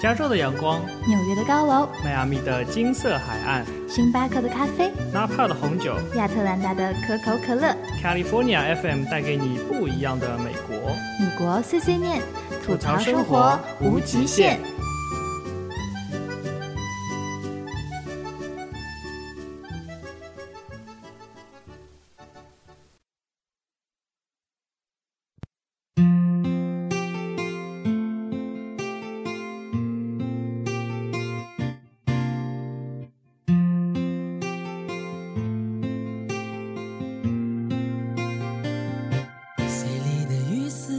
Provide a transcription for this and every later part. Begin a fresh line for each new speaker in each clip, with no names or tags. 加州的阳光，
纽约的高楼，
迈阿密的金色海岸，
星巴克的咖啡，
纳帕的红酒
亚特兰大的可口可乐，
，California FM 带给你不一样的美国。
米国碎碎念，吐槽生
吐槽生
活
活
无
无极
极
限
限。
水里的雨丝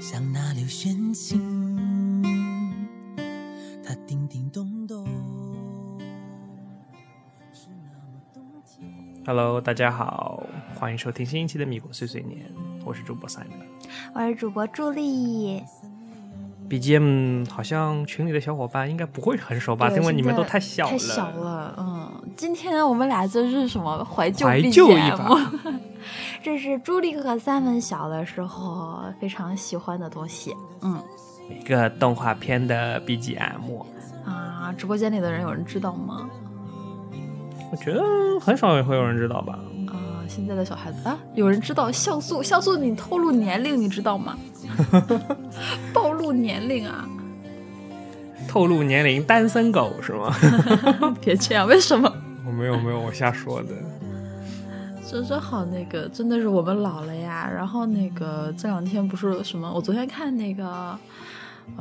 像那流弦琴，它叮叮咚咚，是那么动听。
Hello，大家好，欢迎收听新一期的《米国碎碎念》，我是主播 Simon。
我是主播助力，
BGM 好像群里的小伙伴应该不会很熟吧？
对
因为你们
真
都
的
太小了，
太小了，嗯。今天我们俩这是什么怀旧
怀旧一
BGM
把。
这是朱莉和三文小的时候非常喜欢的东西，嗯
一个动画片的 BGM，
啊，直播间里的人有人知道吗？
我觉得很少会有人知道吧？
啊，现在的小孩子啊，有人知道像素，像素你透露年龄，你知道吗？暴露年龄啊！
透露年龄，单身狗是 吗？
别这样，为什么？
我哦没有没有，我瞎说的。
真是好那个，真的是我们老了呀。然后那个这两天不是什么，我昨天看那个，啊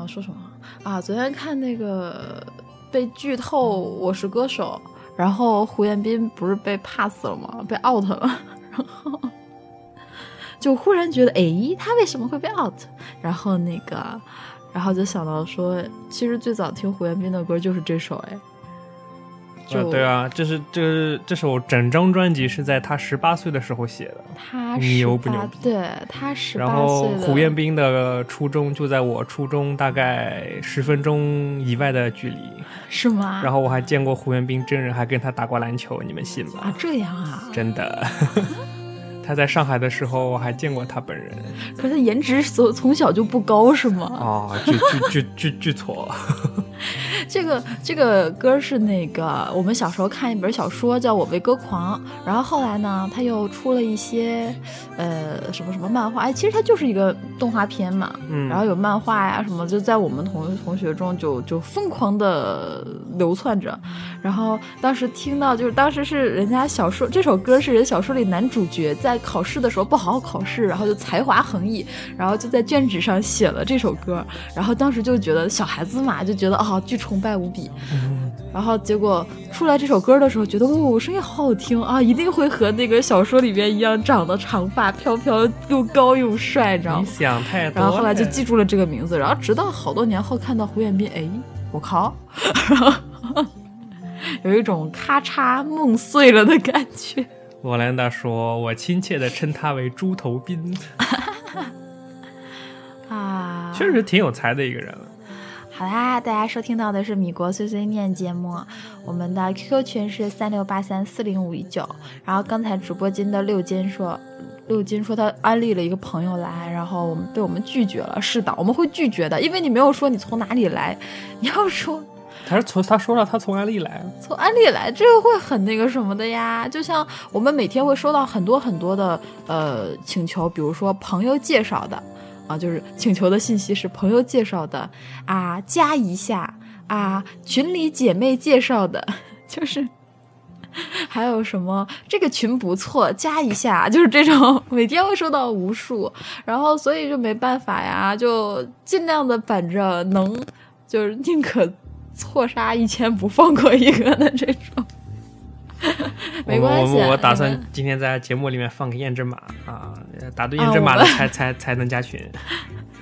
说什么啊？昨天看那个被剧透《我是歌手》，然后胡彦斌不是被 pass 了吗？被 out 了， 然后就忽然觉得，诶，他为什么会被 out？然后那个，然后就想到说，其实最早听胡彦斌的歌就是这首，诶。就
呃，对啊，这是这是这首整张专辑是在他十八岁的时候写的，
他
牛
十
不牛
八
逼，
对他十
然
八
后
岁的
胡彦斌的初中就在我初中大概十分钟以外的距离，
是吗？
然后我还见过胡彦斌真人，还跟他打过篮球，你们信吗
啊，？这样啊？
真的， 他在上海的时候我还见过他本人，
可是他颜值从从小就不高是吗？
哦，巨巨巨巨巨错，
这个这个歌是那个我们小时候看一本小说叫《我为歌狂》，然后后来呢，他又出了一些呃什么什么漫画，哎，其实它就是一个动画片嘛，
嗯，
然后有漫画呀什么，就在我们同同学中就就疯狂的流窜着。然后当时听到，就是当时是人家小说这首歌是人小说里男主角在考试的时候不好好考试，然后就才华横溢，然后就在卷纸上写了这首歌。然后当时就觉得小孩子嘛，就觉得啊、巨崇拜无比。然后结果出来这首歌的时候，觉得哦，声音好好听啊，一定会和那个小说里边一样，长得长发飘飘，又高又帅，你知道吗
你？想太多
然
了，
后后来就记住了这个名字，然后直到好多年后看到胡彦斌，哎，我靠， 有一种咔嚓梦碎了的感觉。
罗兰达说：“我亲切地称他为猪头斌，
啊，
确实挺有才的一个人了。
好啦，大家收听到的是米国碎碎念节目，我们的 QQ 群是三六八三四零五一九。然后刚才直播间的六金说，六金说他安利了一个朋友来，然后我们被我们拒绝了。是的，我们会拒绝的，因为你没有说你从哪里来，你要说
他是从他说了他从安利来，
从安利来，这个会很那个什么的呀。就像我们每天会收到很多很多的呃请求，比如说朋友介绍的啊，就是请求的信息是朋友介绍的啊，加一下啊，群里姐妹介绍的， 就是。还有什么？这个群不错，加一下，就是这种，每天会收到无数，然后所以就没办法呀，就尽量的本着能，就是宁可错杀一千不放过一个的这种。 没关系啊
我我我打
你们
算今天在节目里面放个验证码啊，答对
啊
验证码
我
了
们
才、 才才能加群。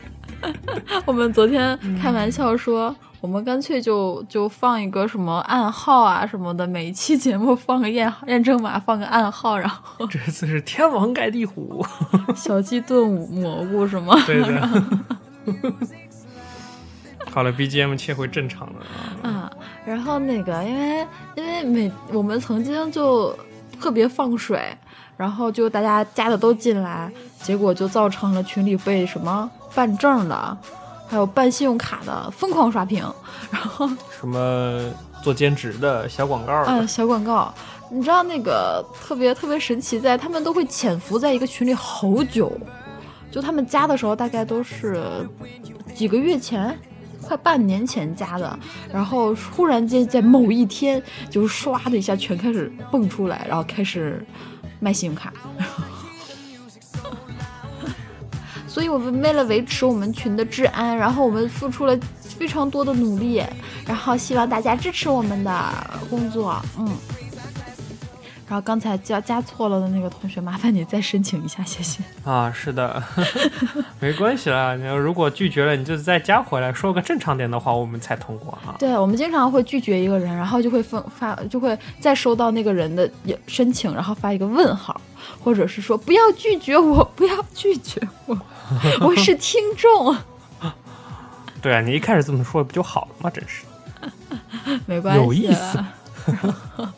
我们昨天开玩笑说，我们干脆就就放一个什么暗号啊什么的，每一期节目放个验验证码，放个暗号，然 后
这次是天王盖地 虎，
小鸡炖蘑菇是吗？
对的。 好了，BGM 切回正常了啊。
啊，然后那个，因为因为每我们曾经就特别放水，然后就大家加的都进来，结果就造成了群里被什么办证了，还有办信用卡的疯狂刷屏，然后
什么做兼职的小广告
嗯，
的，
小广告，你知道那个特别特别神奇在，他们都会潜伏在一个群里好久，就他们加的时候大概都是几个月前。快半年前加的，然后忽然间在某一天，就唰的一下全开始蹦出来，然后开始卖信用卡。所以我们为了维持我们群的治安，然后我们付出了非常多的努力，然后希望大家支持我们的工作，嗯。然后刚才加加错了的那个同学，麻烦你再申请一下，谢谢。
啊，是的， 没关系啦。你要如果拒绝了，你就再加回来，说个正常点的话，我们才通过啊。
对我们经常会拒绝一个人，然后就会分发，就会再收到那个人的也申请，然后发一个问号，或者是说不要拒绝我，不要拒绝我，我是听众，
对啊，你一开始这么说不就好了吗？真是。
没关系啦。
有意思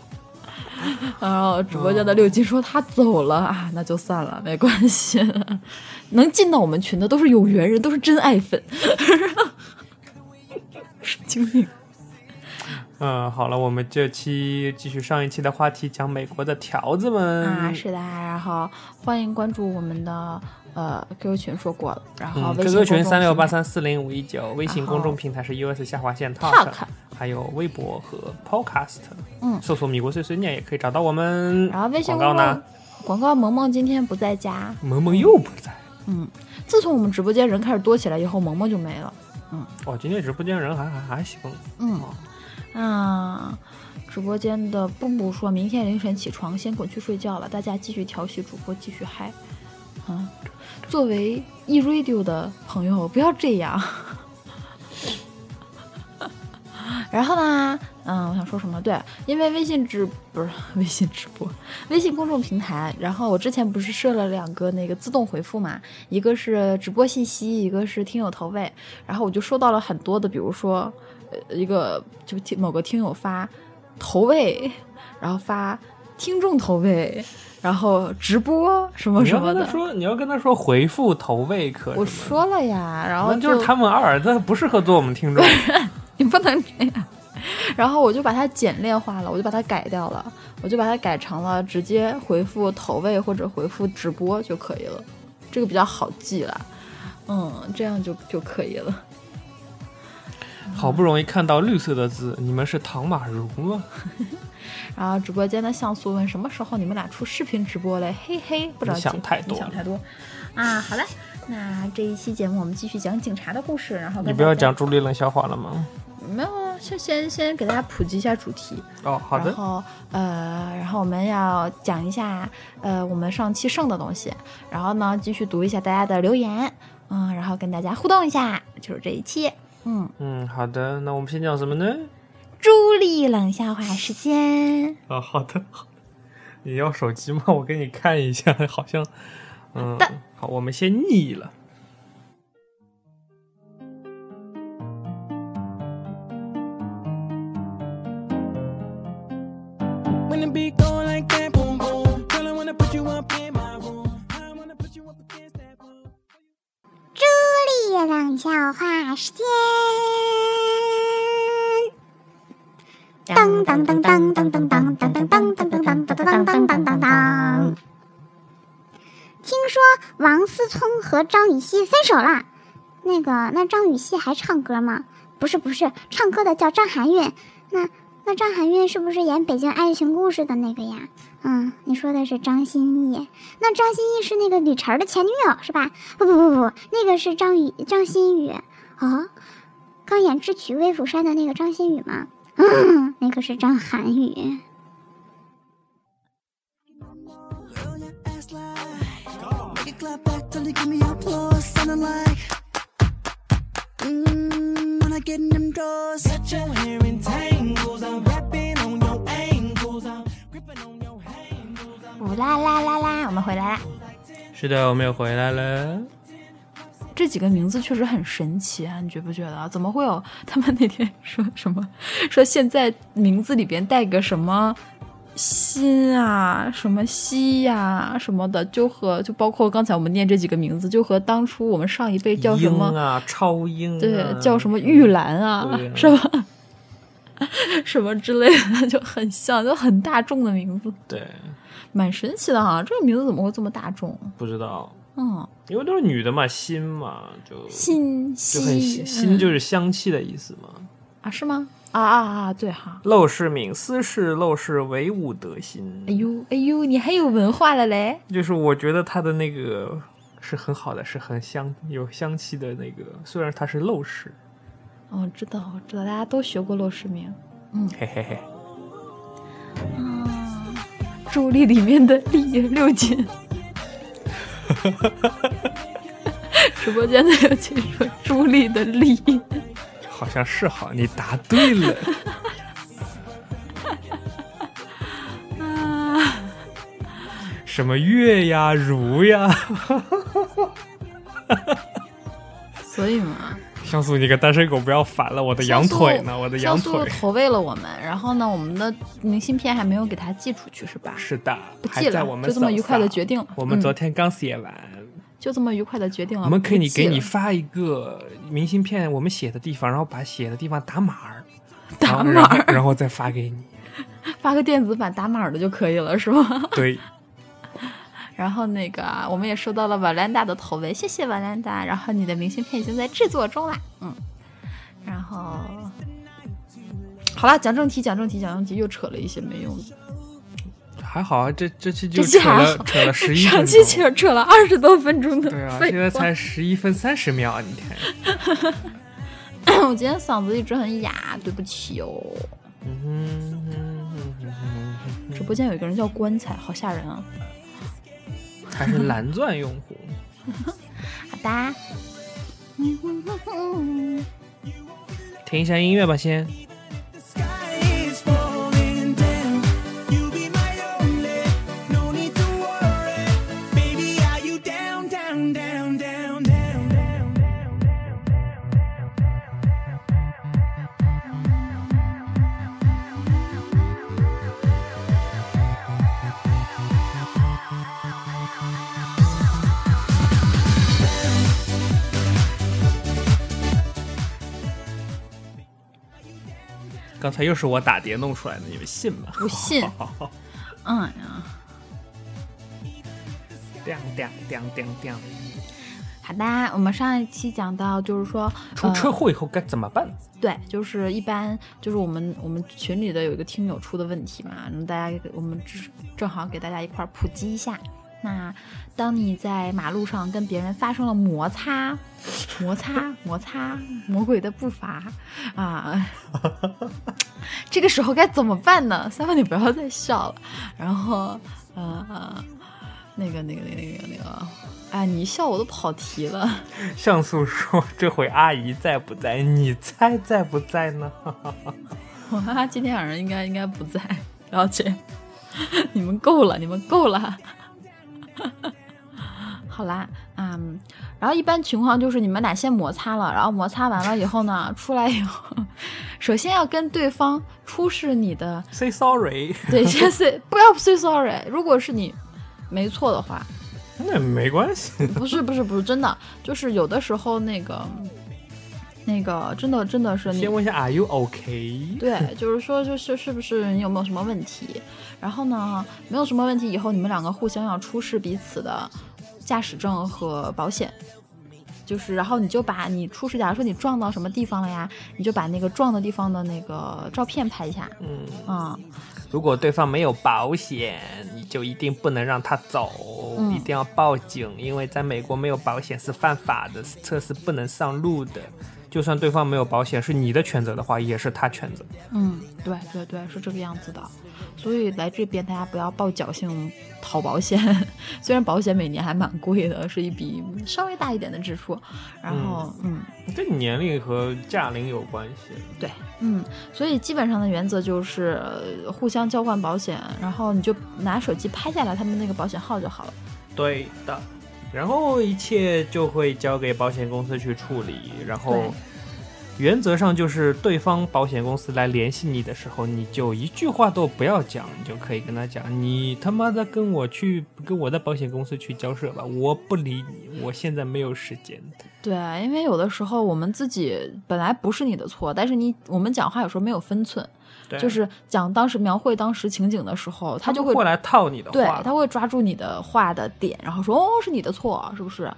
然后直播间
哦
的六金说他走了啊，那就算了，没关系。 能进到我们群的都是有缘人，都是真爱粉。 神经病。
嗯，好了，我们这期继续上一期的话题，讲美国的条子们嗯
啊，是的，然后欢迎关注我们的呃 QQ 群，说过了，然后
嗯
微信
，QQ 群
公众
三六八
平台
三
啊
四零五一九，微信公众平台是 US 下划线
Talk
Talk，还有微博和 Podcast，
嗯
搜索“米国碎碎念”也可以找到我们。
然后微信
广告
公众
呢？
广告萌萌今天不在家，
萌萌又不在，
自从我们直播间人开始多起来以后，萌萌就没了。
哦，今天直播间人还还还行，
嗯
哦
啊，直播间的布布说明天凌晨起床，先滚去睡觉了。大家继续调戏主播，继续嗨。啊，作为 e radio 的朋友，不要这样。 然后呢，嗯，我想说什么？对，因为微信直不是微信直播，微信公众平台。然后我之前不是设了两个那个自动回复嘛，一个是直播信息，一个是听友投喂。然后我就收到了很多的，比如说，呃，一个就听某个听友发投喂，然后发听众投喂，然后直播什么
你
什
要
么
跟
的
他。说，你要跟他说回复投喂可什
我
么
说了呀，然后
那就是他们二，他不适合做我们听众。
你不能这样。然后我就把它简练化了，我就把它改掉了，我就把它改成了直接回复投喂或者回复直播就可以了，这个比较好记了。嗯，这样就就可以了。
好不容易看到绿色的字，你们是唐马蓉吗？
然后直播间的像素问什么时候你们俩出视频直播嘞？嘿嘿，不着急，
你想太多
你想太多啊！好嘞，那这一期节目我们继续讲警察的故事，然后跟
你不要
大家
讲朱丽冷笑话了吗？
没有啊，先先先给大家普及一下主题。
哦，好的
然。后呃，然后我们要讲一下呃我们上期剩的东西，然后呢继续读一下大家的留言，嗯，然后跟大家互动一下，就是这一期。嗯，
嗯，好的。那我们先讲什么呢？
朱莉冷笑话时间，
啊，好的， 好的。你要手机吗？ 我给你看一下， 好像，嗯，好，我们先腻了。
When the beat go like that, boom boom. Girl, I wanna put you up in my room. I wanna put you up against that wall.
朱莉冷笑话时间。当当当当当当当当当当当当当当当当当当。听说王思聪和张雨绮分手了，那个那张雨绮还唱歌吗？不是不是，唱歌的叫张含韵。那那张含韵是不是演《北京爱情故事》的那个呀？嗯，你说的是张歆艺。那张歆艺是那个吕晨的前女友是吧？不不不不，那个是张宇张馨予啊，刚演《智取威虎山》的那个张馨予吗？嗯，那个是张涵予。
Girl, your ass like. Make it clap back till you give me applause. Sounding like. Mmm, when I get in them doors. Got your hair in tangles. I'm rapping on your ankles. I'm gripping on your handles. I'm
呜啦啦啦啦，我们回来啦。
是的，我们又回来了。
这几个名字确实很神奇啊，你觉不觉得啊？怎么会有他们那天说什么说现在名字里边带个什么心啊，什么西呀、什么的，就和就包括刚才我们念这几个名字，就和当初我们上一辈叫什么
英啊，超英、啊，
对，叫什么玉兰啊，
对啊
是吧？ 什么之类的，就很像，就很大众的名字，
对，
蛮神奇的哈、这个名字怎么会这么大众？
不知道，
嗯，
因为都是女的嘛，心嘛，就
信
就很心
息、
心就是是香气的意思嘛。
嗯、啊，是吗？啊啊啊！对哈，
陋室敏思是陋室惟吾德
哎
馨，
呦哎呦，你还有文化了嘞！
就是我觉得它的那个是很好的，是很香有香气的那个，虽然它是陋室，
哦，知道我知道，大家都学过《陋室铭》
嘿嘿嘿。
啊，《朱莉》里面的 丽六姐。 直播间的有请说朱莉的莉，
好像是好，你答对了。
啊
什么月呀、如呀，
所以嘛，
像素，你个单身狗不要烦了，我的羊腿呢？我的羊
像素
腿
投喂了我们，然后呢，我们的明信片还没有给他寄出去，是吧？
是的，
不
还
记
在
了
我们
就这么
手
愉快地
上
决定了
我们
嗯
昨天刚写完，
就这么愉快的决定了。
我们可以
不寄
给你
了
发一个明信片，我们写的地方，然后把写的地方打码儿，
打
然后然
码
后
儿，
然后再发给你。
发个电子版打码儿的就可以了，是吗？
对，
然后那个我们也收到了瓦兰达的投喂，谢谢瓦兰达。然后你的明信片已经在制作中啦，嗯。然后好了，讲正题，讲正题，讲正题，又扯了一些没用的。
还好啊，这这期就
这期
扯
还
了
好
扯 了十一分钟。
上期扯扯了二十多分钟的
对啊，
废
现在
话
才十一分三十秒，啊你看，
我今天嗓子一直很哑，对不起哦。
嗯
直播间有一个人叫棺材，好吓人啊！
还是蓝钻用户，
好吧。
听一下音乐吧，先。
The sky is falling down. You be my only. No need to worry, baby. Are you down, down, down, down, down, down, down, down, down, down, down, down?
刚才又是我打碟弄出来的，你们信吗？
不 信。嗯呀，
叮叮叮叮叮。
好的，我们上一期讲到就是说
出
呃
车祸以后该怎么办？
对，就是一般就是我们我们群里的有一个听友出的问题嘛，那么大家给我们只正好给大家一块儿普及一下。那当你在马路上跟别人发生了摩擦，摩擦，摩擦，魔鬼的步伐啊，这个时候该怎么办呢？三万，你不要再笑了。然后，呃，那个，那个，那个，那个，那个，哎，你一笑我都跑题了。
像素说：“这回阿姨在不在？你猜在不在呢
我妈妈今天晚上应该应该不在，了解。 你们够了，你们够了。 好啦，嗯，然后一般情况就是你们俩先摩擦了，然后摩擦完了以后呢， 出来以后，首先要跟对方出示你的
？Say sorry，
对， 先 say 不要 say sorry。如果是你没错的话，
那没关系。
不是不是不是真的，就是有的时候那个那个真的真的是呃你
先问一下，Are you OK？
对，就是说，就是是不是你有没有什么问题？然后呢，没有什么问题以后，你们两个互相要出示彼此的驾驶证和保险。就是，然后你就把你出示，假如说你撞到什么地方了呀，你就把那个撞的地方的那个照片拍一下，
嗯，
啊、
如果对方没有保险，你就一定不能让他走，
嗯
一定要报警，因为在美国没有保险是犯法的，车是不能上路的。就算对方没有保险，是你的全责的话，也是他全责。
嗯，对对对，是这个样子的。所以来这边大家不要抱侥幸淘保险， 虽然保险每年还蛮贵的，是一笔稍微大一点的支出。然后，嗯
这年龄和驾龄有关系。
对，嗯，所以基本上的原则就是呃互相交换保险，然后你就拿手机拍下来他们那个保险号就好了。
对的，然后一切就会交给保险公司去处理，然后
对。
原则上就是对方保险公司来联系你的时候，你就一句话都不要讲，你就可以跟他讲，你他妈的跟我去跟我的保险公司去交涉吧，我不理
嗯
你，我现在没有时间。
对，啊因为有的时候我们自己本来不是你的错，但是你我们讲话有时候没有分寸，
对
就是讲当时描绘当时情景的时候，他就会
过来套你的
对，
话，
他会抓住你的话的点，然后说哦是你的错，是不是？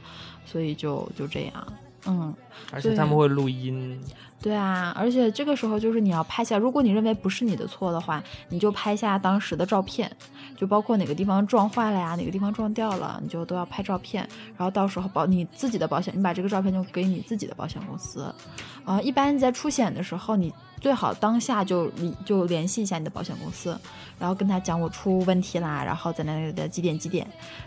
所以就就这样，嗯，
而且他们会录音，
对啊，而且这个时候就是你要拍下，如果你认为不是你的错的话，你就拍下当时的照片，就包括哪个地方撞坏了呀，哪个地方撞掉了，你就都要拍照片，然后到时候保你自己的保险，你把这个照片就给你自己的保险公司，啊、一般你在出险的时候，你最好当下就你就联系一下你的保险公司，然后跟他讲我出问题啦，然后在那个几点几点。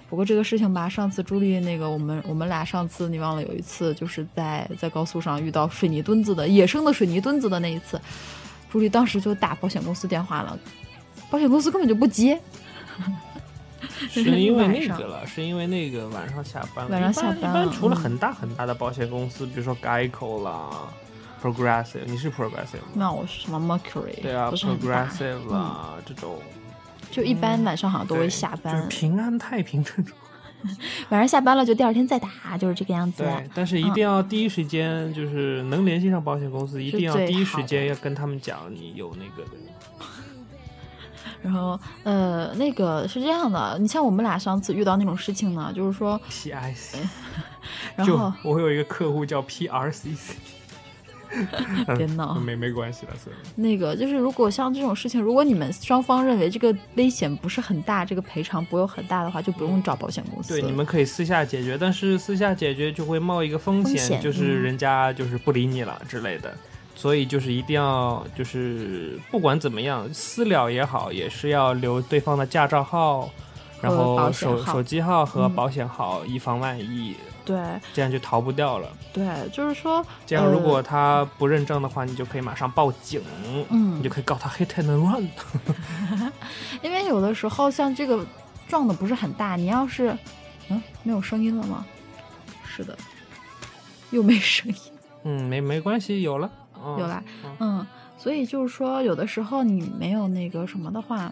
不过这个事情吧，上次朱莉那个我们我们俩上次你忘了有一次就是在在高速上遇到水泥墩子的野生的水泥墩子的那一次，朱莉当时就打保险公司电话了，保险公司根本就不接。
是因为那个了，是因为那个晚上下班了。
晚上下班
一般一般除了
嗯
很大很大的保险公司，比如说 Geico 啦，Progressive，你是 Progressive 吗？
那我是什么 Mercury？
对啊
不是很大
，Progressive 啦、这种
就一般晚上好像都
对
会下
就
班
是，平安太平这种。
晚上下班了就第二天再打，就是这个样子。
对，但是一定要第一时间，就是能联系上保险公司，一定要
最
第一
好
时
的
间要跟他们讲你有那个的。
然后呃，那个是这样的，你像我们俩上次遇到那种事情呢，就是说，
PIC，
然
就
后
我有一个客户叫 PRCC，
别闹
嗯没没关系的，所以
那个就是，如果像这种事情，如果你们双方认为这个危险不是很大，这个赔偿不会有很大的话，就不用找保险公司。
对你们可以私下解决，但是私下解决就会冒一个风险，
风险
就是
嗯
人家就是不理你了之类的。所以就是一定要，就是不管怎么样，私了也好，也是要留对方的驾照号，然后
保险
手
号
手机号和
嗯
保险号，以防万一，
对
这样就逃不掉了。
对，就是说，
这样，
呃
如果他不认证的话，你就可以马上报警，
嗯
你就可以告他 hit and run。
因为有的时候像这个撞的不是很大，你要是嗯没有声音了吗？是的，又没声音。
嗯，没没关系，有了，嗯、
有啦
嗯，
嗯，所以就是说，有的时候你没有那个什么的话，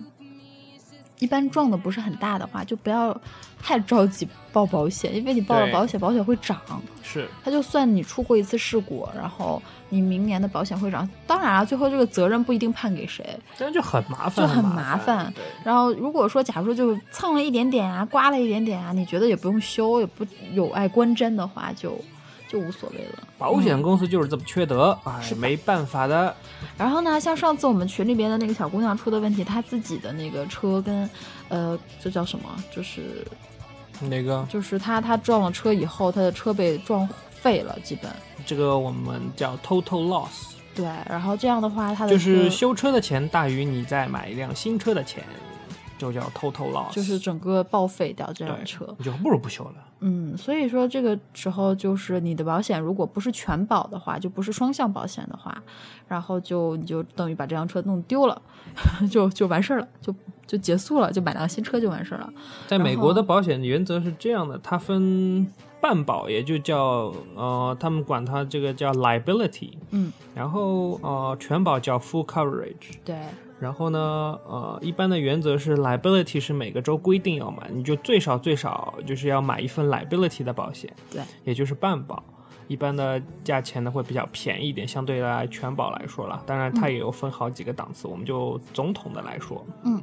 一般撞的不是很大的话，就不要太着急报保险，因为你报了
对
保险，保险会涨。
是
它就算你出过一次事故，然后你明年的保险会涨。当然啊，最后这个责任不一定判给谁。
这样就很麻烦，
就很
麻
麻烦
对，
然后如果说假如说就蹭了一点点啊，刮了一点点啊，你觉得也不用修，也不有碍观瞻的话，就就无所谓了。
保险公司就是这么缺德，哎，没办法的。
然后呢，像上次我们群里边的那个小姑娘出的问题，她自己的那个车跟，呃，这叫什么？就是
那个，
就是她她撞了车以后，她的车被撞废了，基本
这个我们叫 total loss，
对。然后这样的话，她的
就是
车
修车的钱大于你再买一辆新车的钱，就叫 total loss，
就是整个报废掉这辆
对
车。
你就不如不修了。
嗯，所以说这个时候就是你的保险如果不是全保的话，就不是双向保险的话，然后就你就等于把这辆车弄丢了， 就就完事儿了，就就结束了，就买辆新车就完事儿了。
在美国的保险原则是这样的，它分半保，也就叫呃，他们管它这个叫 liability，
嗯，
然后呃，全保叫 full coverage，
对，
然后呢，呃，一般的原则是 liability 是每个州规定要买，你就最少最少就是要买一份 liability 的保险，
对，
也就是半保。一般的价钱呢会比较便宜一点，相对来全保来说啦。当然，它也有分好几个档次，我们就总统的来说，
嗯。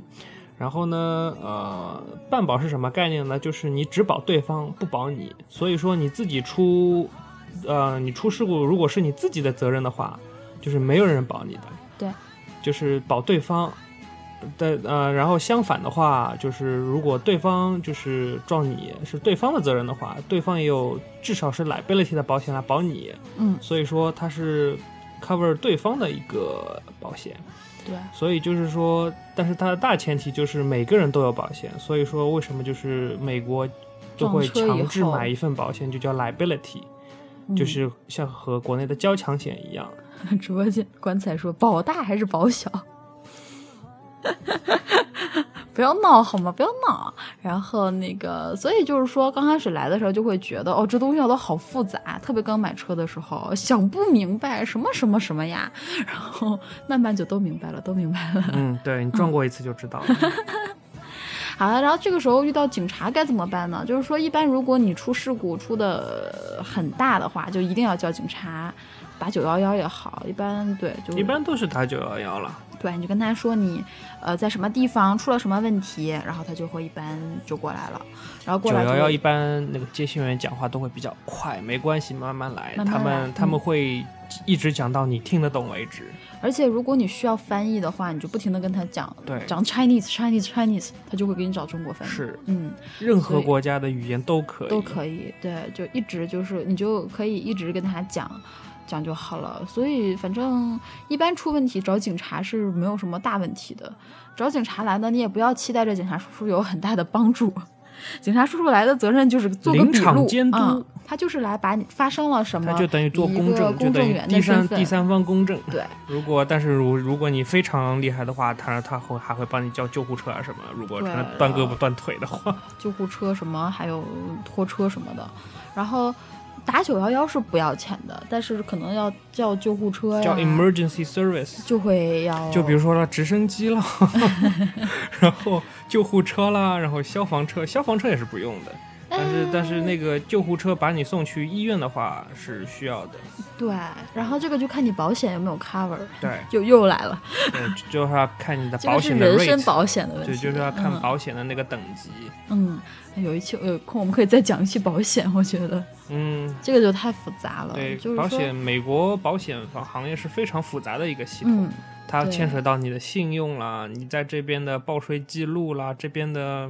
然后呢，呃，半保是什么概念呢？就是你只保对方，不保你。所以说你自己出，呃，你出事故如果是你自己的责任的话，就是没有人保你的。
对，
就是保对方。但呃，然后相反的话，就是如果对方就是撞你是对方的责任的话，对方也有至少是 liability 的保险来保你，
嗯，
所以说它是 cover 对方的一个保险。
对。
所以就是说，但是它的大前提就是每个人都有保险。所以说，为什么就是美国都会
撞车以后
强制买一份保险，就叫 liability，、
嗯
就是像和国内的交强险一样。
直播间棺材说保大还是保小？ 不要闹好吗？不要闹。然后那个，所以就是说，刚开始来的时候就会觉得，哦，这东西要的好复杂，特别刚买车的时候想不明白什么什么什么呀。然后慢慢就都明白了，都明白了。
嗯，对你撞过一次就知道 了。
好了，然后这个时候遇到警察该怎么办呢？就是说，一般如果你出事故出的很大的话，就一定要叫警察，打九幺幺也好，一般对，就
一般都是打九幺幺了。
对，你就跟他说你呃在什么地方出了什么问题，然后他就会一般就过来了，然后过
九
来就
幺幺一般那个接线员讲话都会比较快，没关系，慢慢来。
慢慢来
他们、
嗯
他们会一直讲到你听得懂为止。
而且如果你需要翻译的话，你就不停的跟他讲，
对
讲 Chinese Chinese Chinese，他就会给你找中国翻译。
是，
嗯，
任
所
何
以
国家的语言都可以，
都可以，对，就一直就是你就可以一直跟他讲，讲就好了。所以反正一般出问题找警察是没有什么大问题的。找警察来呢，你也不要期待着警察叔叔有很大的帮助。警察叔叔来的责任就是做个
临
笔
场
录
监督
嗯，他就是来把你发生了什么，
他就等于做
以一
公
个
证，就
公
等
证
于
员
第
的身
三
份，
第三方公证。
对，
如果但是如如果你非常厉害的话，他他会还会帮你叫救护车啊什么。如果
对
真的断胳膊断腿的话，
救护车什么，还有拖车什么的。然后打九幺幺是不要钱的，但是可能要叫救护车呀，
叫 emergency service，
就会要，
就比如说了 直升机啦，然后救护车啦，然后消防车，消防车也是不用的。但是但是那个救护车把你送去医院的话是需要的，
对，然后这个就看你保险有没有 cover。
对，
又又来了，
对，就是要看你的
这
保
个是
险的
人身
rate，
保险的嗯问
对，
题。
就是要看保险的那个等级。
嗯，嗯，有一期有空我们可以再讲一期保险，我觉得
嗯，
这个就太复杂了。
对，
嗯就是
保
说
险，美国保险行业是非常复杂的一个系统，
嗯，
它
对
牵扯到你的信用啦，你在这边的报税记录啦，这边的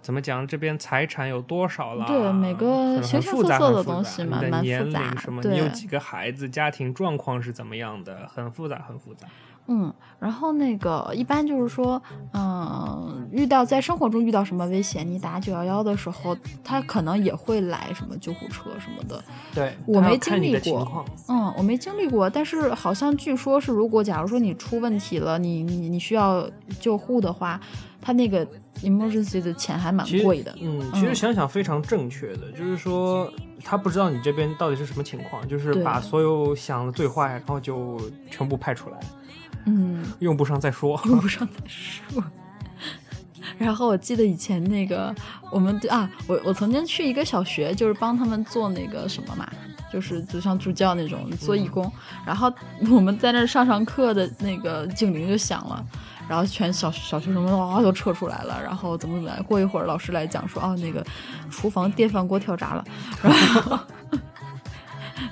怎么讲，这边财产有多少啦，
对每个
很
形
很
形
复杂
色色
很
的
复
东
杂
西
你
嘛
的
蛮复
年龄
杂
什么，你
对
有几个孩子，家庭状况是怎么样的，很复杂，很复杂。
嗯，然后那个一般就是说，嗯、遇到在生活中遇到什么危险，你打九幺幺的时候，他可能也会来什么救护车什么的。
对
我没
看你
经历
的情
过
况，
嗯，我没经历过，但是好像据说是，如果假如说你出问题了，你你你需要救护的话，他那个 emergency 的钱还蛮
其实
贵的。
嗯，其实
嗯
想想非常正确的，就是说他不知道你这边到底是什么情况，就是
对
把所有想的最坏，然后就全部派出来，
嗯，
用不上再说。
用不上再说。 然后我记得以前那个我们对啊，我我曾经去一个小学，就是帮他们做那个什么嘛，就是就像助教那种做义工。然后我们在那儿上上课的那个警铃就响了。然后全小小学生们哇都撤出来了，然后怎么怎么样？过一会儿老师来讲说，哦，那个厨房电饭锅跳闸了， 然后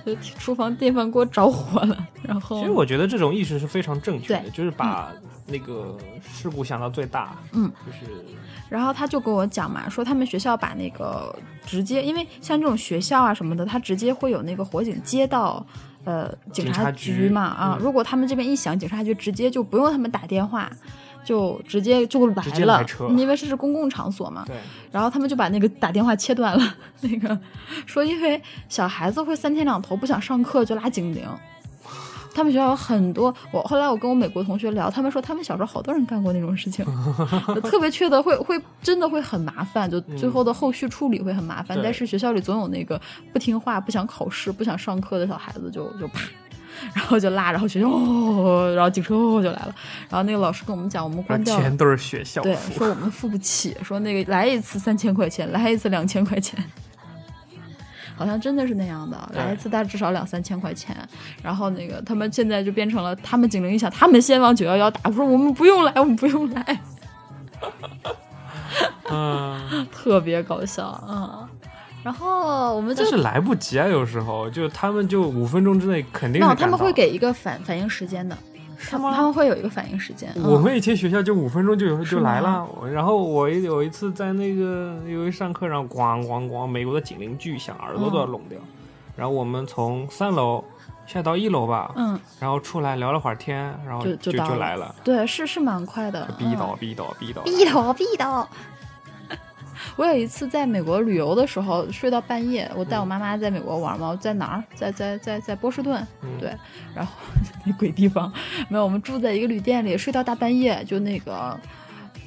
就厨房电饭锅着火了，然后
其实我觉得这种意识是非常正确的，
嗯对
就是把那个事故想到最大。
嗯，
就是
然后他就跟我讲嘛，说他们学校把那个直接，因为像这种学校啊什么的，他直接会有那个火警接到。呃，
警
警
察
察
局
局嘛
嗯
啊，如果他们这边一响，警察局直接就不用他们打电话，就直接就来
直接
了
来车，
因为这是公共场所嘛。
对，
然后他们就把那个打电话切断了， 那个说因为小孩子会三天两头不想上课就拉警铃。他们学校有很多，我后来我跟我美国同学聊，他们说他们小时候好多人干过那种事情，就特别缺德，会会真的会很麻烦，就最后的后续处理会很麻烦。
对
但是学校里总有那个不听话、不想考试、不想上课的小孩子就，就啪，然后就拉，然后学校哦，然后警车哦就来了，然后那个老师跟我们讲，我们关
而
掉了
钱都是学校
对，
付。
说我们付不起，说那个来一次三千块钱，来一次两千块钱，好像真的是那样的，
对
来一次大概至少两三千块钱。然后那个他们现在就变成了，他们警铃一响，他们先往九幺幺打，我说我们不用来，我们不用来，
嗯，
特别搞笑，嗯。然后我们就
但是来不及啊，有时候就他们就五分钟之内肯定
没有，
是
他
赶
们
到
会给一个反反应时间的，
是
他们
吗
他？们会有一个反应时间。
我
嗯
们以前学校就五分钟就有
是
就
吗
来了，我然后我有一次在那个有一上课，然后咣咣咣，美国的警铃巨响，耳朵都要聋
嗯
掉。然后我们从三楼下到一楼吧，
嗯，
然后出来聊了会儿天，然后
就
就
就到了
来了，
对，是是蛮快的，
逼
嗯
到逼到逼到，
逼头逼头，
我有一次在美国旅游的时候睡到半夜，我带我妈妈在美国玩嘛，我在哪儿？在在在在波士顿，
嗯
对，然后那鬼地方，没有，我们住在一个旅店里，睡到大半夜，就那个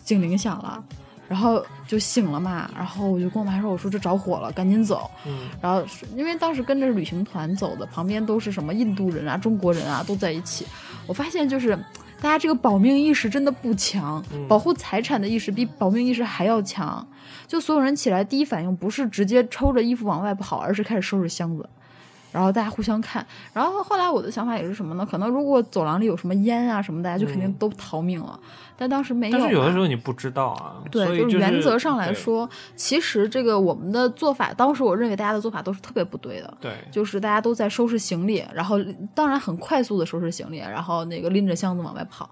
警铃响了，然后就醒了嘛，然后我就跟我妈说，我说这着火了，赶紧走。
嗯
然后是因为当时跟着旅行团走的，旁边都是什么印度人啊、中国人啊，都在一起。我发现就是大家这个保命意识真的不强，
嗯
保护财产的意识比保命意识还要强。就所有人起来第一反应不是直接抽着衣服往外跑，而是开始收拾箱子。然后大家互相看，然后后来我的想法也是什么呢？可能如果走廊里有什么烟啊什么的，大家就肯定
嗯
都逃命了。但当时没有
但
嘛，
是有的时候你不知道啊，所
对，
以
是
是
原则上来，说，其实这个我们的做法，当时我认为大家的做法都是特别不对的，
对，对
就是大家都在收拾行李，然后当然很快速的收拾行李，然后那个拎着箱子往外跑。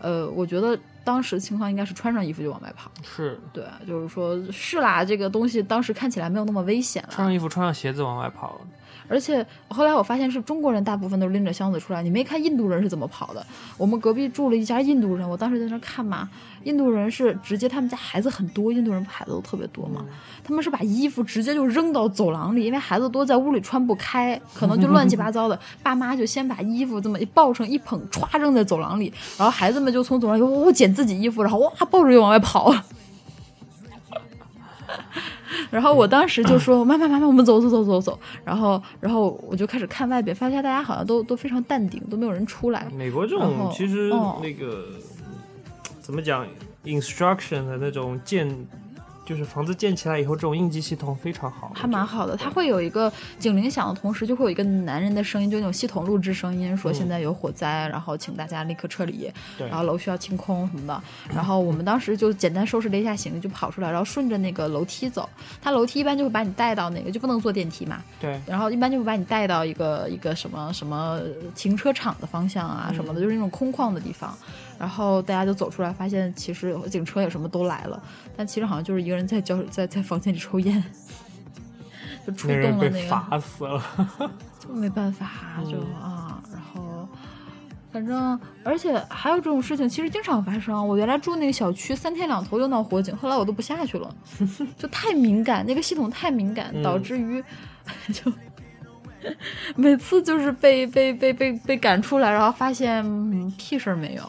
呃，我觉得当时情况应该是穿上衣服就往外跑。
是
对，就是说是啦，这个东西当时看起来没有那么危险
穿
了。
上衣服、穿上鞋子往外跑，
而且后来我发现是中国人大部分都是拎着箱子出来，你没看印度人是怎么跑的？我们隔壁住了一家印度人，我当时在那看嘛，印度人是直接他们家孩子很多，印度人孩子都特别多嘛，他们是把衣服直接就扔到走廊里，因为孩子多在屋里穿不开，可能就乱七八糟的，爸妈就先把衣服这么一抱成一捧，歘扔在走廊里，然后孩子们就从走廊里哇哇捡自己衣服，然后哇抱着就往外跑。 然后我当时就说：“妈妈，妈妈，我们走走走走走。”然后，然后我就开始看外边，发现大家好像都都非常淡定，都没有人出来。
美国这
然
种
后
其实
哦
那个、怎么讲，instruction 的那种建，就是房子建起来以后，这种应急系统非常好，
还蛮好的，它会有一个警铃响的同时，就会有一个男人的声音，就那种系统录制声音，说
嗯
现在有火灾，然后请大家立刻撤离，
对
然后楼需要清空什么的。然后我们当时就简单收拾了一下行李，就跑出来，然后顺着那个楼梯走。它楼梯一般就会把你带到哪个，就不能坐电梯嘛，
对。
然后一般就会把你带到一个一个什么什么停车场的方向
嗯
啊什么的，就是那种空旷的地方。然后大家就走出来，发现其实警车也什么都来了，但其实好像就是一个人在教在在房间里抽烟， 就触
那
动
人
了
被
那个，
罚死了，
就没办法就啊，然后。反正，而且还有这种事情，其实经常发生。我原来住那个小区，三天两头就闹火警，后来我都不下去了，就太敏感，那个系统太敏感，导
嗯
致于 就每次就是被被被被被赶出来，然后发现、嗯、屁事儿没有，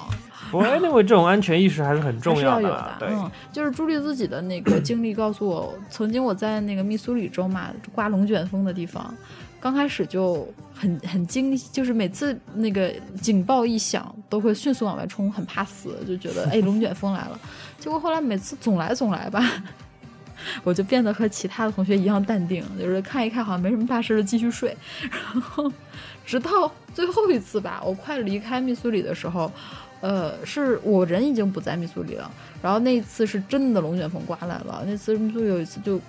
不过 anyway 这种安全意识还是很
还
重
是要有
的
的
啦。。对，
嗯，就是朱莉自己的那个经历告诉我，曾经我在那个密苏里州嘛，刮龙卷风的地方，刚开始就很很惊，就是每次那个警报一响，都会迅速往外冲，很怕死，就觉得哎龙卷风来了。结果后来每次总来总来吧。 我就变得和其他的同学一样淡定，就是看一看好像没什么大事儿就继续睡， 然后直到最后一次吧，我快离开密苏里的时候，呃，是我人已经不在密苏里了，然后那一次是真的龙卷风刮来了，那次密苏里有一次就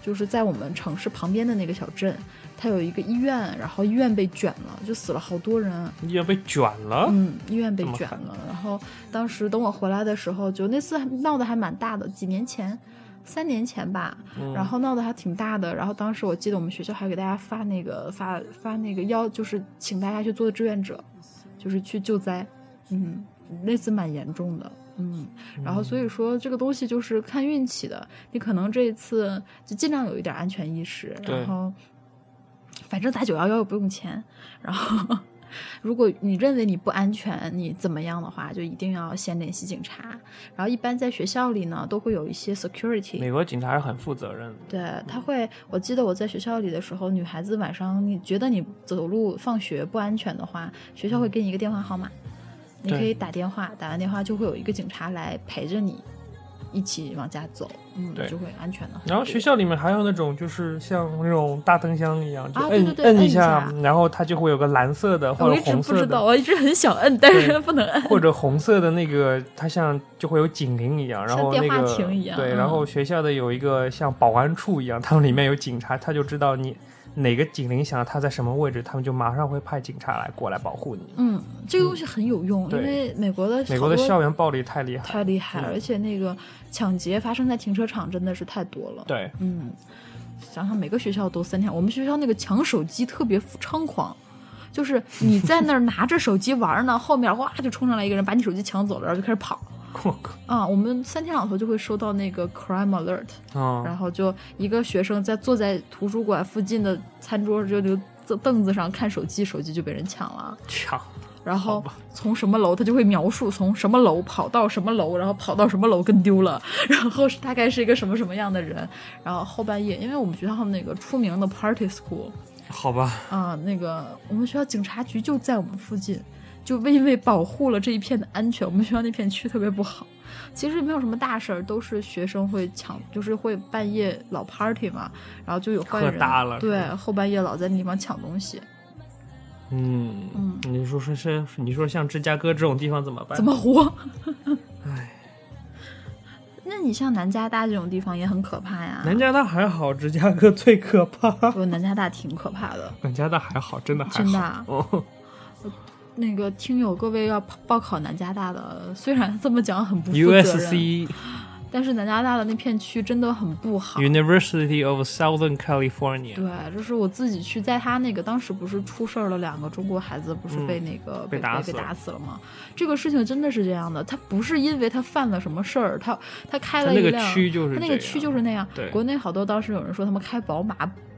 就是在我们城市旁边的那个小镇，它有一个医院，然后医院被卷了，就死了好多人，
你要被卷了，
嗯，医院被
这么
卷
惨
了。然后当时等我回来的时候，就那次还闹得还蛮大的，几年前，三年前吧，
嗯
然后闹得还挺大的。然后当时我记得我们学校还给大家发那个发发那个邀，就是请大家去做志愿者，就是去救灾。嗯，那次蛮严重的。嗯，然后所以说这个东西就是看运气的，你可能这一次就尽量有一点安全意识，
对
然后反正打九幺幺又不用钱，然后如果你认为你不安全，你怎么样的话，就一定要先联系警察。然后一般在学校里呢，都会有一些 security，
美国警察是很负责任的。
对，他会。我记得我在学校里的时候，女孩子晚上你觉得你走路放学不安全的话，学校会给你一个电话号码，你
嗯对
可以打电话，打完电话就会有一个警察来陪着你一起往家走，嗯
对，
就会安全的很多。
然后学校里面还有那种，就是像那种大灯箱一样，就
啊
摁、
对对对
摁
摁一
下
下，
然后它就会有个蓝色的或
我
者
一直
红
不
色
知道，
的，
我一直很想摁，但是
对
不能摁。
或者红色的那个，它像就会有警铃一样，然
像
后那
电话
个
亭一样
对，
嗯
然后学校的有一个像保安处一样，他们里面有警察，他就知道你哪个警铃响，他在什么位置，他们就马上会派警察来过来保护你。
嗯，这个东西很有用，因
对
为美国的
美国的
好多
校园暴力太厉害，
太厉害了，
嗯
而且那个抢劫发生在停车场真的是太多了。，
对，
嗯，想想每个学校都三天，我们学校那个抢手机特别猖狂。就是你 在那儿拿着手机玩呢，后面哇就冲上来一个人把你手机抢走了，然后就开始跑
我靠，
啊！我们三天两头就会收到那个 crime alert，
嗯，
然后就一个学生在坐在图书馆附近的餐桌就就凳子上看手机，手机就被人抢了。
抢，
然
好
后
吧
从什么楼，他就会描述从什么楼跑到什么楼，然后跑到什么楼跟丢了， 然后是大概是一个什么什么样的人。然后后半夜，因为我们学校那个出名的 party school
好吧，
啊，那个我们学校警察局就在我们附近，就为因为保护了这一片的安全，我们学校那片区特别不好。其实没有什么大事儿，都是学生会抢，就是会半夜老 party 嘛，然后就有坏
喝
人
大了
对
是吧
后半夜老在那地方抢东西，
嗯
嗯，
你说说是，你说像芝加哥这种地方怎么办？
怎么活？
唉，
那你像南加大这种地方也很可怕呀。
南加大还好，芝加哥最可怕。
不，南加大挺可怕的。
南加大还好，真的还好。
真的啊
哦，
那个听友各位要报考南加大的，虽然这么讲很不负责任，
USC
但是南加大的那片区真的很不好。
University of Southern California
对，就是我自己去，在他那个当时不是出事儿了，两个中国孩子不是
嗯
被那个、
被
被
打死
被
了
打死了吗？这个事情真的是这样的，他不是因为他犯了什么事儿，他他开
它
了
那
一
个
辆，
区就是
他那
这
个
样
区就是那样。
对
国内好多当时有人说他们开宝马，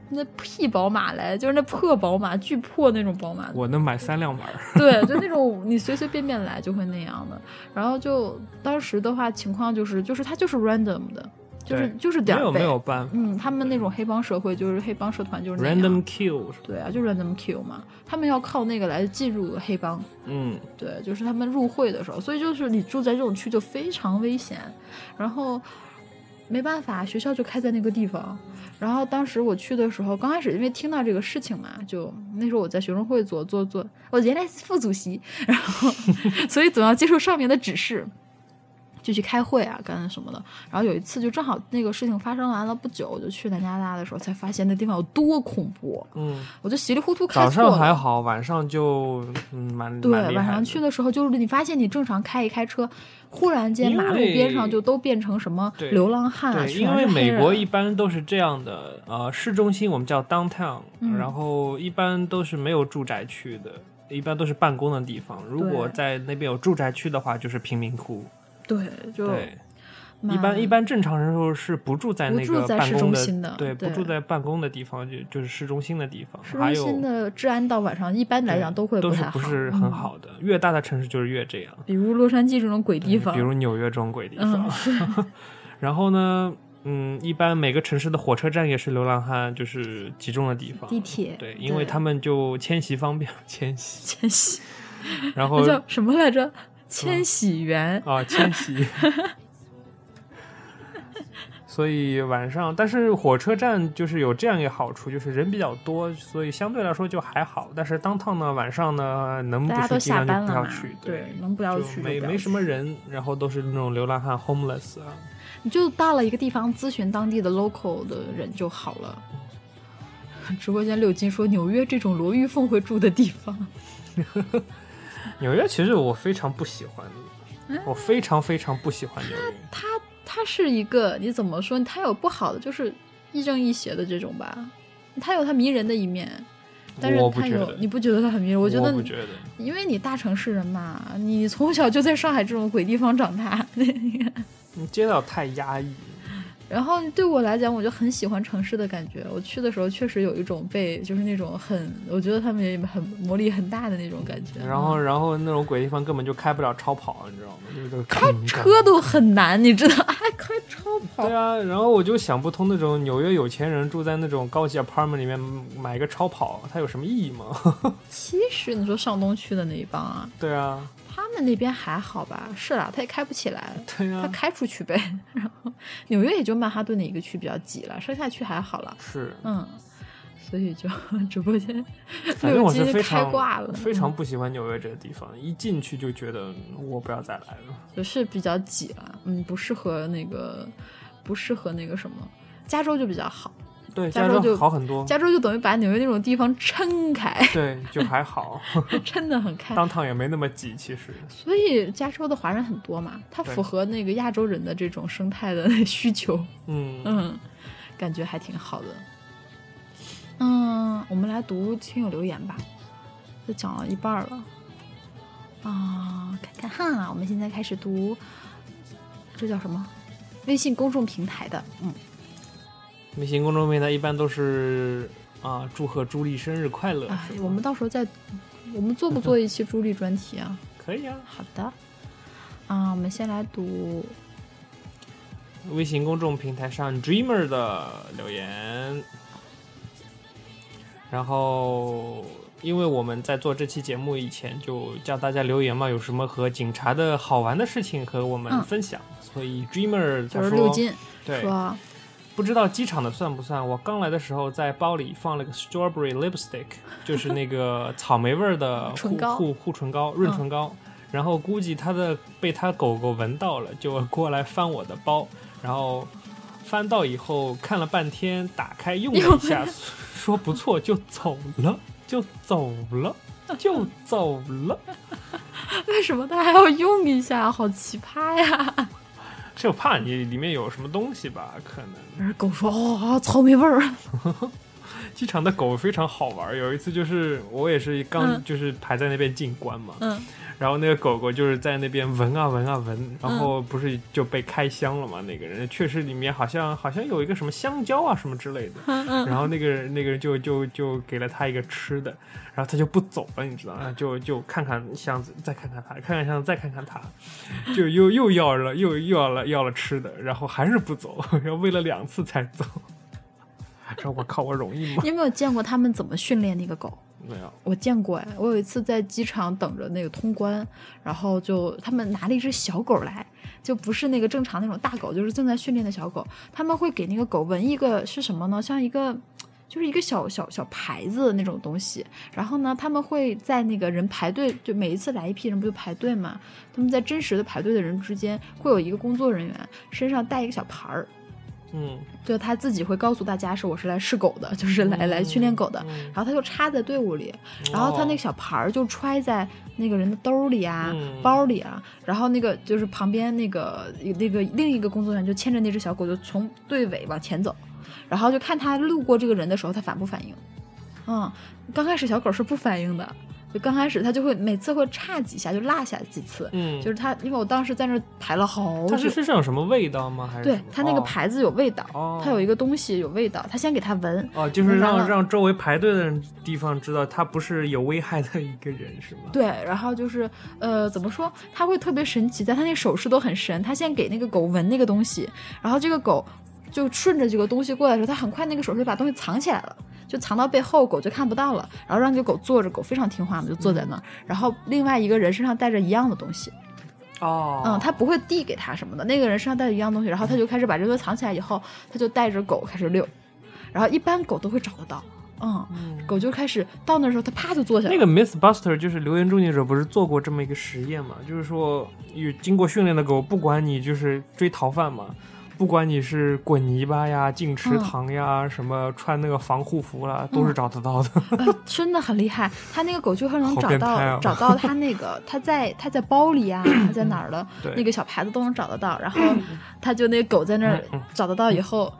那屁宝马来，就是那破宝马，巨破那种宝马，
我能买三辆玩儿。
对，就那种你随随便便来就会那样的。然后就当时的话，情况就是就是他就是 random 的，就是
对
就是
没
点儿
有
背
没有办法
嗯，他们那种黑帮社会就是黑帮社团就是那样
，random kill，
对啊，就 random kill 嘛，他们要靠那个来进入黑帮。
嗯，
对，就是他们入会的时候，所以就是你住在这种区就非常危险，然后没办法，学校就开在那个地方。然后当时我去的时候，刚开始因为听到这个事情嘛，就那时候我在学生会做做做，我原来是副主席，然后所以总要接受上面的指示，就去开会啊，干什么的。然后有一次就正好那个事情发生完了不久，我就去南加大的时候才发现那地方有多恐怖，
嗯，
我就稀里糊涂开
早
错了。
上还好，晚上就嗯蛮
对，
蛮厉
晚
害
上
的
去的时候，就是你发现你正常开一开车，忽然间
因
马路边上
为
就都变成什么
对
流浪汉啊，
对，
全
因为
是黑
美国
人
一般都是这样的，呃，市中心我们叫 downtown，、
嗯
然后一般都是没有住宅区的，一般都是办公的地方。如果在那边有住宅区的话，就是贫民窟。
对，就
对，
蛮
一般一般正常人都是不住在那
不
个
住在
办
市
公
中心的
对，不
对
住在办公的地方，就就是市中心的地方。
市
还
中
有
心的治安到晚上一般来
对
讲都会
都
不
是
太
不
好
是很
嗯
好的，越大的城市就是越这样。
比如洛杉矶这种鬼地
嗯
方，
比如纽约这种鬼地方
嗯。是
然后呢，嗯，一般每个城市的火车站也是流浪汉就是集中的地方。
地铁
对，因为
对
他们就迁徙方便，迁徙，
千禧，
然后
那叫什么来着？
嗯
千禧园，
啊迁徙。所以晚上，但是火车站就是有这样一个好处，就是人比较多，所以相对来说就还好。但是当趟呢，晚上呢，能不
大家
去
都
尽
下
量
班
就不
了
要
嘛
去，，
对，能不要去
就
就
没
不要
没什
去
么人，然后都是那种流浪汉 homeless 啊，
你就到了一个地方咨询当地的 local 的人就好了。直播间六金说，纽约这种罗玉凤会住的地方，
纽约其实我非常不喜欢，我非常非常不喜欢纽约。
它它是一个你怎么说？它有不好的，就是亦正亦邪的这种吧，它有它迷人的一面， 但是
我不
它
觉
有
得
你不觉得它很迷人？我觉得
不觉得，
因为你大城市人嘛，你从小就在上海这种鬼地方长大，
你嗯街道太压抑。
然后对我来讲，我就很喜欢城市的感觉。我去的时候确实有一种被，就是那种很，我觉得他们也很魔力很大的那种感觉。
然后，然后那种鬼地方根本就开不了超跑，你知道吗？就是这个
开
咔
车。都很难，你知道？ 哎还开超跑
对，啊，然后我就想不通那种纽约有钱人住在那种高级 apartment 里面买个超跑，它有什么意义吗？
其实你说上东区的那一帮啊，
对啊，
他们那边还好吧？是啦，他也开不起来，
对
他
啊，
开出去呗。 然后纽约也就曼哈顿的一个区比较挤了，剩下区还好了。
是，
嗯，所以就 直播间
反正我
嗯六
是
金
非
开挂
常
了，嗯
非常不喜欢纽约这个地方，一进去就觉得我不要再来了。
就是比较挤了，嗯，不适合那个，不适合那个什么。加州就比较好，
对，
加
加
州
州
就
好很多，
加州就等于把纽约那种地方撑开，
对，就还好，
撑得很开。
当趟也没那么挤，其实。
所以加州的华人很多嘛，它
对
符合那个亚洲人的这种生态的 需求，
嗯，
嗯，感觉还挺好的。嗯，我们来读听友留言吧，都讲了一半儿了。啊，看看哈，我们现在开始读，这叫什么？微信公众平台的，嗯，
微信公众平台一般都是啊，祝贺朱莉生日快乐，
哎
是，吗
我们到时候再，我们做不做一期朱莉专题啊？
可以啊。
好的，啊，我们先来读
微信公众平台上 Dreamer 的留言，然后因为我们在做这期节目以前就叫大家留言嘛，有什么和警察的好玩的事情和我们
嗯
分享，所以 Dreamer
就
他
是
说
六金
对，
说，啊
不知道机场的算不算？我刚来的时候在包里放了个 strawberry lipstick，就是那个草莓味儿的护
唇膏
护护唇膏、润唇膏。然后估计它的被它狗狗闻到了，就过来翻我的包，然后翻到以后看了半天，打开用了一下，说不错就走了，就走了，就走了。
为什么他还要用一下？好奇葩 呀！
就怕你里面有什么东西吧，可能。
然后狗说，哦，草莓味儿，
机场的狗非常好玩儿，有一次就是我也是刚
嗯
就是排在那边进关嘛，
嗯
然后那个狗狗就是在那边闻啊闻啊闻，然后不是就被开箱了嘛？
嗯
那个人确实里面好像好像有一个什么香蕉啊什么之类的，
嗯嗯，
然后那个人那个人就就就给了他一个吃的，然后他就不走了，你知道吗？就就看看箱子，再看看他，看看箱子，再看看他，就又又要了又又要了要了吃的，然后还是不走，然后喂了两次才走。说我靠，我容易吗
你？有没有见过他们怎么训练那个狗？
没有。
我见过哎，我有一次在机场等着那个通关，然后就他们拿了一只小狗来，就不是那个正常那种大狗，就是正在训练的小狗。他们会给那个狗闻一个是什么呢？像一个。就是一个小小小牌子的那种东西，然后呢，他们会在那个人排队，就每一次来一批人不就排队嘛？他们在真实的排队的人之间，会有一个工作人员身上带一个小牌儿，
嗯，
就他自己会告诉大家是我是来试狗的，就是来、来训练狗的。
嗯
然后他就插在队伍里，
哦
然后他那个小牌儿就揣在那个人的兜里啊、
嗯
包里啊，然后那个就是旁边那个那个另一个工作人员就牵着那只小狗就从队尾往前走，然后就看他路过这个人的时候他反不反应。嗯，刚开始小狗是不反应的，就刚开始它就会每次会差几下就落下几次，
嗯，
就是它因为我当时在那儿排了好
它
久
是。身上有什么味道吗？还是
对
什么
它那个
哦
牌子有味道，
哦
它有一个东西有味道，它先给它闻，
哦，就是
闻完
让
了
让周围排队的人地方知道他不是有危害的一个人，是吗？
对，然后就是呃，怎么说？它会特别神奇，但它那手势都很神。它先给那个狗闻那个东西，然后这个狗就顺着这个东西过来的时候，它很快那个手势就把东西藏起来了，就藏到背后，狗就看不到了。然后让这个狗坐着，狗非常听话嘛，就坐在那儿。然后另外一个人身上带着一样的东西，
哦，
嗯，他不会递给他什么的。那个人身上带着一样东西，然后他就开始把这个藏起来以后，他就带着狗开始遛，然后一般狗都会找得到，嗯，狗就开始到那时候，它啪就坐下了。
那个 Miss Buster 就是留言终结者，不是做过这么一个实验嘛？就是说，有经过训练的狗，不管你就是追逃犯嘛，不管你是滚泥巴呀、进池
嗯
塘呀、什么穿那个防护服啦，都是找得到的。
呃，真的很厉害，他那个狗就会能
好
找
变
到、
态哦
找到他那个他在他在包里啊，他在哪儿了，
对
那个小牌子都能找得到。然后他就那个狗在那儿找得到以后，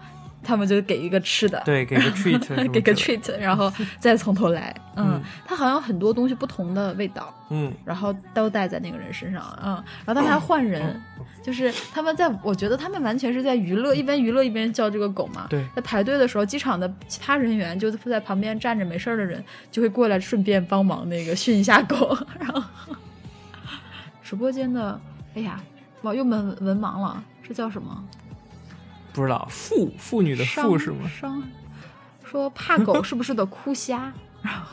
他们就给一个吃的，
嗯对，给个 treat，什么
给个
之类
treat，然后再从头来。嗯
嗯，
它好像有很多东西不同的味道，
嗯，
然后都带在那个人身上。嗯，然后他们还换人，
嗯
就是他们在，我觉得他们完全是在娱乐，一边娱乐一边叫这个狗嘛。
对
在排队的时候，机场的其他人员就在旁边站着没事儿的人，就会过来顺便帮忙那个训一下狗。 然后，直播间的，哎呀，我又文文盲了，这叫什么？
不知道妇妇女的妇
伤
是吗？
伤说怕 狗是不是得哭瞎？然后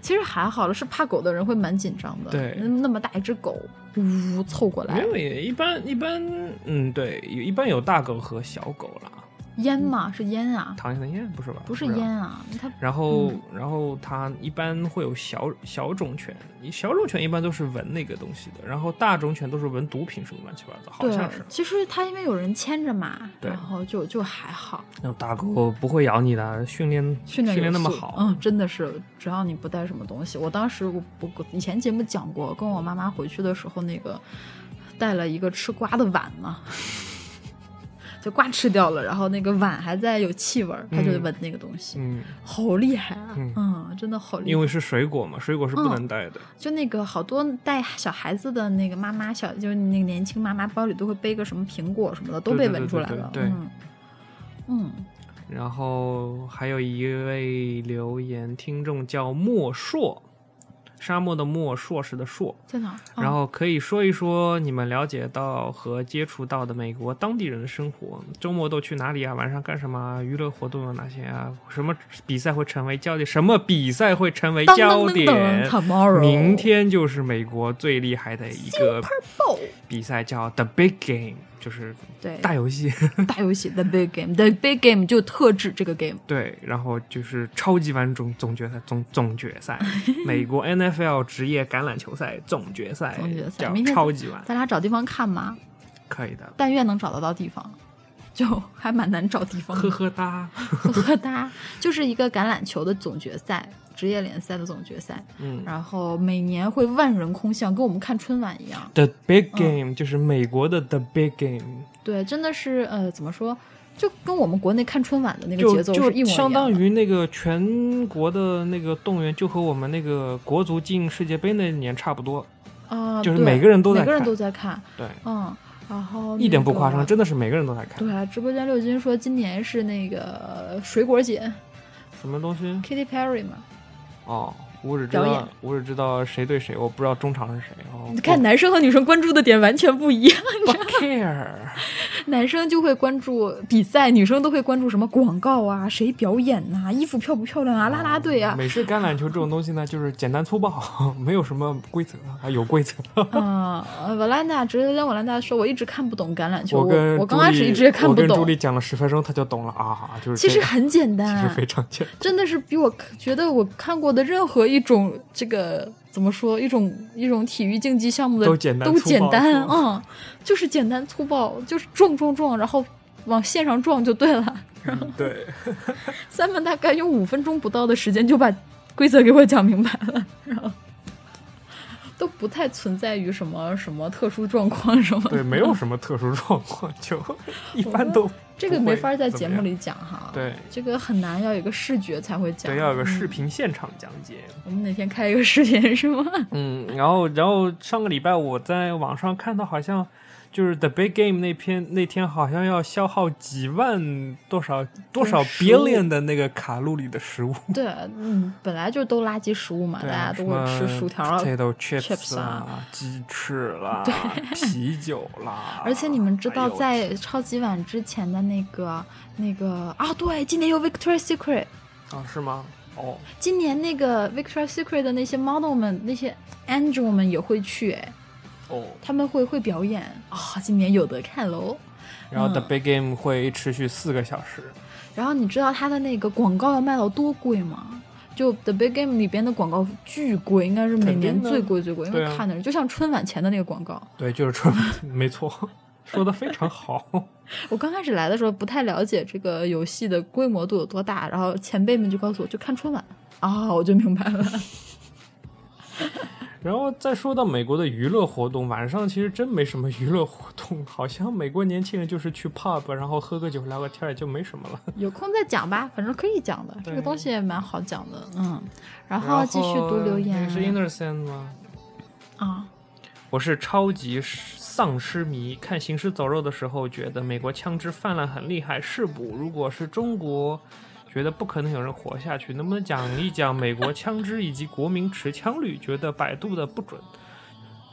其实还好了，是怕狗的人会蛮紧张的。
对
那那么大一只狗，呜呜凑过
没
来，
有，也一般一般，嗯，对，有一般有大狗和小狗啦。
烟嘛是烟啊，
唐先的烟不是吧？
不是
知道
烟啊，它
然后，然后它一般会有小小种犬，小种犬一般都是闻那个东西的，然后大种犬都是闻毒品什么乱七八糟，好
对
像是，。
其实它因为有人牵着嘛，
对
然后就就还好，
那大狗不会咬你的，训练
训练
那
有
么
素
好，
嗯，真的是，只要你不带什么东西，我当时我我我以前节目讲过，跟我妈妈回去的时候，那个带了一个吃瓜的碗嘛， 就瓜吃掉了，然后那个碗还在有气味儿，它就
嗯
闻那个东西，
嗯，
好厉害啊，
嗯
嗯真的好厉
因
害。
为是水果嘛，水果是不能带的，
就那个好多带小孩子的那个妈妈，小就是那个年轻妈妈包里都会背个什么苹果什么的，都
对
被
对对
闻出来
对
了，
对
嗯嗯嗯，
然后还有一位留言听众叫莫硕，沙漠的漠，硕士的硕。
在哪儿？啊
然后可以说一说你们了解到和接触到的美国当地人的生活，周末都去哪里啊？晚上干什么啊？娱乐活动有哪些啊？什么比赛会成为焦点？什么比赛会成为
当
焦
当当当
点？
，tomorrow，
明天就是美国最厉害的一个比赛，叫 The Big Game，就是
对
大游戏。
大游戏 The Big Game，The Big Game 就特指这个 game。
对，然后就是超级碗总总决赛总总决 赛，美国 NFL 职业橄榄球赛总决赛
总决赛
叫
明天
超级碗，
咱俩找地方看嘛，
可以的。
但愿能找得到地方，就还蛮难找地方的。
呵呵哒，
呵呵哒，就是一个橄榄球的总决赛，职业联赛的总决赛，
嗯
然后每年会万人空巷，跟我们看春晚一样。
，The Big
嗯
Game、就是美国的 The Big Game，
对，真的是呃，怎么说，就跟我们国内看春晚的那个
就
节奏是一
就
模一样的。
相当于那个全国的那个动员，就和我们那个国足进世界杯那年差不多。
啊，
就是
对
每个人都在
每个人
看
都在看，
对，
嗯，然后
一点不
那个
夸张，真的是每个人都在看。
对，啊直播间六金说今年是那个呃水果姐
什么东西？
Katy Perry 嘛，
哦，我只知
表
道
演
我只知道谁对谁，我不知道中场是谁。哦，
你看男生和女生关注的点完全不一样，
不 care。
男生就会关注比赛，女生都会关注什么广告啊、谁表演呐、衣服漂不漂
哦
亮啊、啦啦队啊，
美式橄榄球这种东西呢，就是简单粗暴， 没有什么规则啊，有规则。
啊，呃瓦兰达直接跟瓦兰达说，我一直看不懂橄榄球，
跟
我
朱
刚开始
莉
一直也看
我
不
跟朱
懂
莉，讲了十分钟，她就懂了啊，就是
其
这
实
样
很简
其实
单，啊
非常简单。
真的是比我看觉得我看过的任何一种这个怎么说一种一种体育竞技项目的
都简单
都简单
粗暴
嗯，就是简单粗暴，就是撞撞撞，然后往线上撞就对了。
嗯对，
三门大概用五分钟不到的时间就把规则给我讲明白了， 然后都不太存在于什么什么特殊状况什么。
对，没有什么特殊状况， 就一般都
这个
不会
没法在节目
怎么样。
里讲哈，
对
这个很难要有一个视觉才会讲，
对，要有个视
嗯。
频现场讲解。
我们哪天开一个视频 是吗？
嗯，然后，然后上个礼拜我在网上看到，好像就是《The Big Game》那篇那天好像要消耗几万多少多少
食物
billion 的那个卡路里的食物。
对，嗯，本来就都垃圾食物嘛，大
对
家
啊，
都
什
会
么
吃薯条啊。
potato
chips
chips
啊
啦、鸡翅 啦、啤酒啦。
而且你们知道，
哎呦
在超级碗之前的那个那个啊，对，今年有 Victoria Secret，
啊是吗？哦，
今年那个 Victoria Secret 的那些 model 们、那些 angel 们也会去，哎，
哦，
他们会会表演啊、今年有得看喽。
然后 The
嗯
Big Game 会持续四个小时，
然后你知道它的那个广告要卖到多贵吗？就 The Big Game 里边的广告巨贵，应该是每
肯定
年
的
最贵最贵，因为
对啊
看的人、就像春晚前的那个广告，
对，就是 春晚，没错，说的非常好。
我刚开始来的时候不太了解这个游戏的规模度有多大，然后前辈们就告诉我，就看春晚啊、我就明白了。
然后再说到美国的娱乐活动，晚上其实真没什么娱乐活动，好像美国年轻人就是去 pub，然后喝个酒、聊个天儿也就没什么了。
有空再讲吧，反正可以讲的，这
对
个东西也蛮好讲的。嗯，
然
然
后
后继续读留言
你是 Innocent 吗？
啊，
我是超级丧尸迷，看《行尸走肉》的时候觉得美国枪支泛滥很厉害，是补。如果是中国，觉得不可能有人活下去。能不能讲一讲美国枪支以及国民持枪率？觉得百度的不准。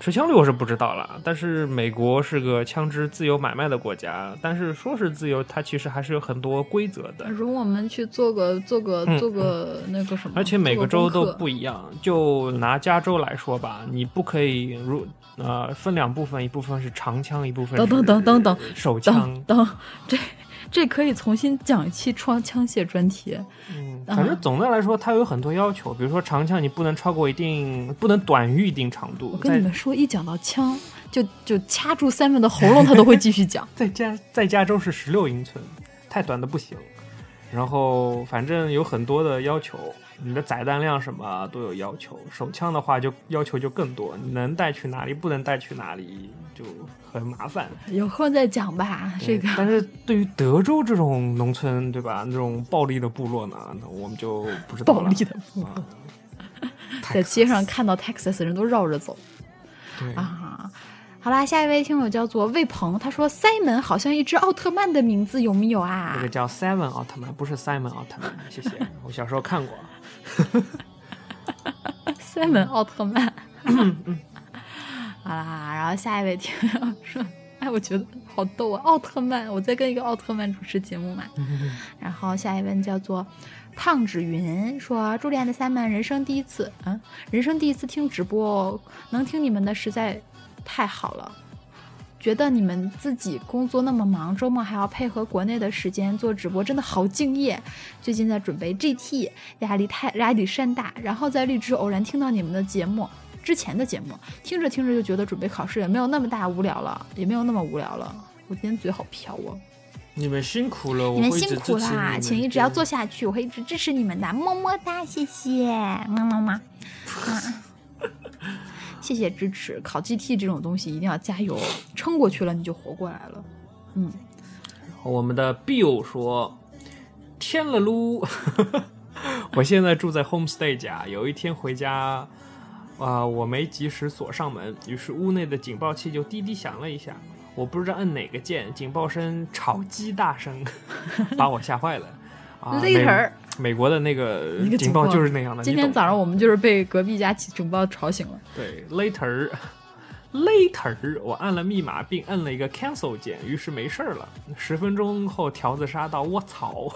持枪率我是不知道了，但是美国是个枪支自由买卖的国家，但是说是自由，它其实还是有很多规则的。
容我们去做个做个
嗯
做个那个什么，
而且每
做
个州
功
都
课
不一样。就拿加州来说吧，你不可以如呃分两部分，一部分是长枪，一部分
等等
是
等等等
手
等
枪。
等，这这可以重新讲一期创枪械专题。
嗯反
啊
正总的来说，它有很多要求，比如说长枪你不能超过一定，不能短于一定长度
我。跟
再
你们说，一讲到枪，就就掐住 Simon 的喉咙，他都会继续 讲。
在加在加州是十六英寸，太短的不行。然后反正有很多的要求，你的载弹量什么都有要求。手枪的话就要求就更多，你能带去哪里，不能带去哪里就很麻烦。
有空再讲吧，这个
对但是对于德州这种农村，对吧？那种暴力的部落呢，那我们就不知道了。啊
暴力的
部落，
在街上看到 Texas 人都绕着走
对，
啊。好啦，下一位听友叫做魏鹏，他说塞门好像一只奥特曼的名字，有没有啊
那个？叫 Seven 奥特曼，不是 Simon 奥特曼，谢谢。我小时候看过，
塞门奥特曼。好啦，然后下一位听友说，哎，我觉得好逗啊，奥特曼，我在跟一个奥特曼主持节目嘛。然后下一位叫做胖纸云说：“朱莉安的三门人生第一次，嗯，人生第一次听直播哦，能听你们的实在太好了。觉得你们自己工作那么忙，周末还要配合国内的时间做直播，真的好敬业。最近在准备 GT，压力太压力山大。然后在荔枝偶然听到你们的节目，之前的节目，听着听着就觉得准备考试也没有那么大无聊了，也没有那么无聊了。我今天嘴好瓢哦。”
你们辛苦了，我
你们
会一直
辛苦
支持你
啦，
们
请一直要做。下去，我会一直支持你们的，么么哒，谢谢，么么么，啊，谢谢支持。考 GT 这种东西一定要加油，撑过去了你就活过来了。嗯，
我们的 Bill 说：“天了噜， 我现在住在 homestay 家，有一天回家。”啊、我没及时锁上门，于是屋内的警报器就滴滴响了一下。我不知道摁哪个键，警报声炒鸡大声， 把我吓坏了。 啊、
Later
美美国的那个
一个
警
报
报就是那样的。
今
你
天
懂
早上我们就是被隔壁家起警报吵醒了。
对，later。Later，我按了密码，并摁了一个 cancel 键，于是没事儿了。十分钟后，条子杀到，我操，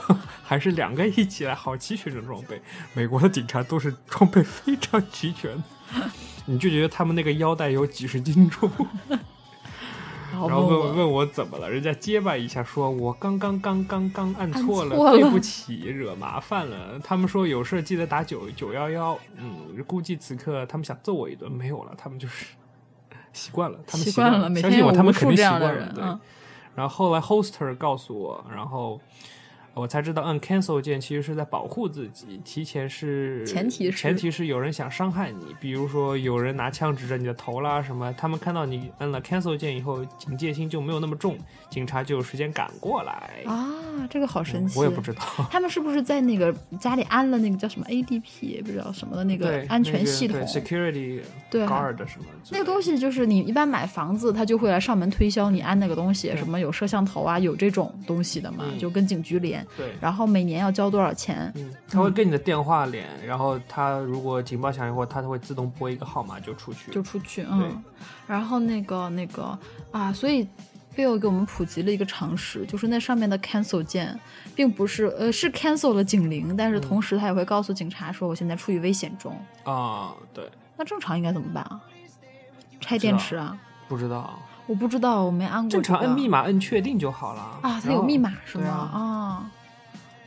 还是两个一起来，好齐全的装备。美国的警察都是装备非常齐全， 你就觉得他们那个腰带有几十斤重。
然后
然后问
问我，
问我怎么了，人家结巴一下说，我刚刚刚刚刚按错了，
按错了
对不起，惹麻烦了。他们说有事记得打九九幺幺，嗯，估计此刻他们想揍我一顿，没有了，他们就是习惯了，他们
习
惯
惯了每
相
天
信我，
有
他们
无
肯
数
定习
这样
惯
的
了
人，
对。
嗯
然后后来 hoster 告诉我，然后。呃我才知道按 cancel 键其实是在保护自己，提前是
前提是
前提是有人想伤害你，比如说有人拿枪指着你的头啦什么，他们看到你按了 cancel 键以后，警戒心就没有那么重，警察就有时间赶过来。
啊，这个好神
嗯
奇，
我也不知道，
他们是不是在那个家里安了那个叫什么 ADP，不知道什么的那个
对
安全系统
那个、对 security
对啊
guard 什么之类的
那个东西就是你一般买房子，他就会来上门推销你安那个东西，什么有摄像头啊，有这种东西的嘛，
嗯
就跟警局连，
对。
然后每年要交多少钱。
嗯，他会跟你的电话连，然后他如果警报响以后，他会自动拨一个号码就出去。
就出去，
对
嗯，然后那个那个啊，所以 Bill 给我们普及了一个常识，就是那上面的 cancel 键，并不是呃是 cancel 了警铃，
嗯
但是同时他也会告诉警察说我现在处于危险中。
啊、对，
那正常应该怎么办啊？拆
知道
电池啊？
不知道，
我不知道，我没安过、这
正常
个。
摁密码摁确定就好了
啊，它
然
有
后
密码是吗？
对啊
啊，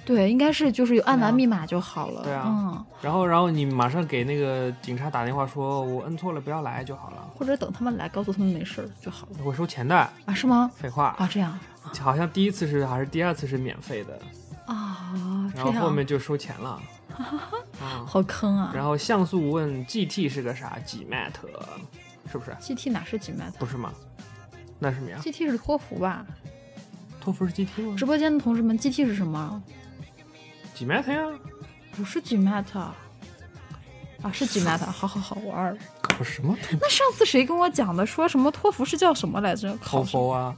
对，应该是就是有按
对啊
完密码就好了。
对啊
嗯，
然后，然后你马上给那个警察打电话说，我摁错了，不要来就好了，
或者等他们来，告诉他们没事儿就好了
会收钱的。
啊？是吗？
废话，
啊，这样
好像第一次是还是第二次是免费的，
啊，这
然后
样
后面就收钱了。啊、
好坑啊
然后像素问 GT 是个啥？G Mat 是不是？
！GT 哪是几麦
不是吗？那是什么呀？
？GT 是托福吧？
托福是 GT 吗
直播间的同志们，GT 是什么？
？G Mat 呀，
不是几麦特啊，是几麦特？好好好，我二了。
搞什么
那上次谁跟我讲的？说什么托福是叫什么来着？
托
考什么
福啊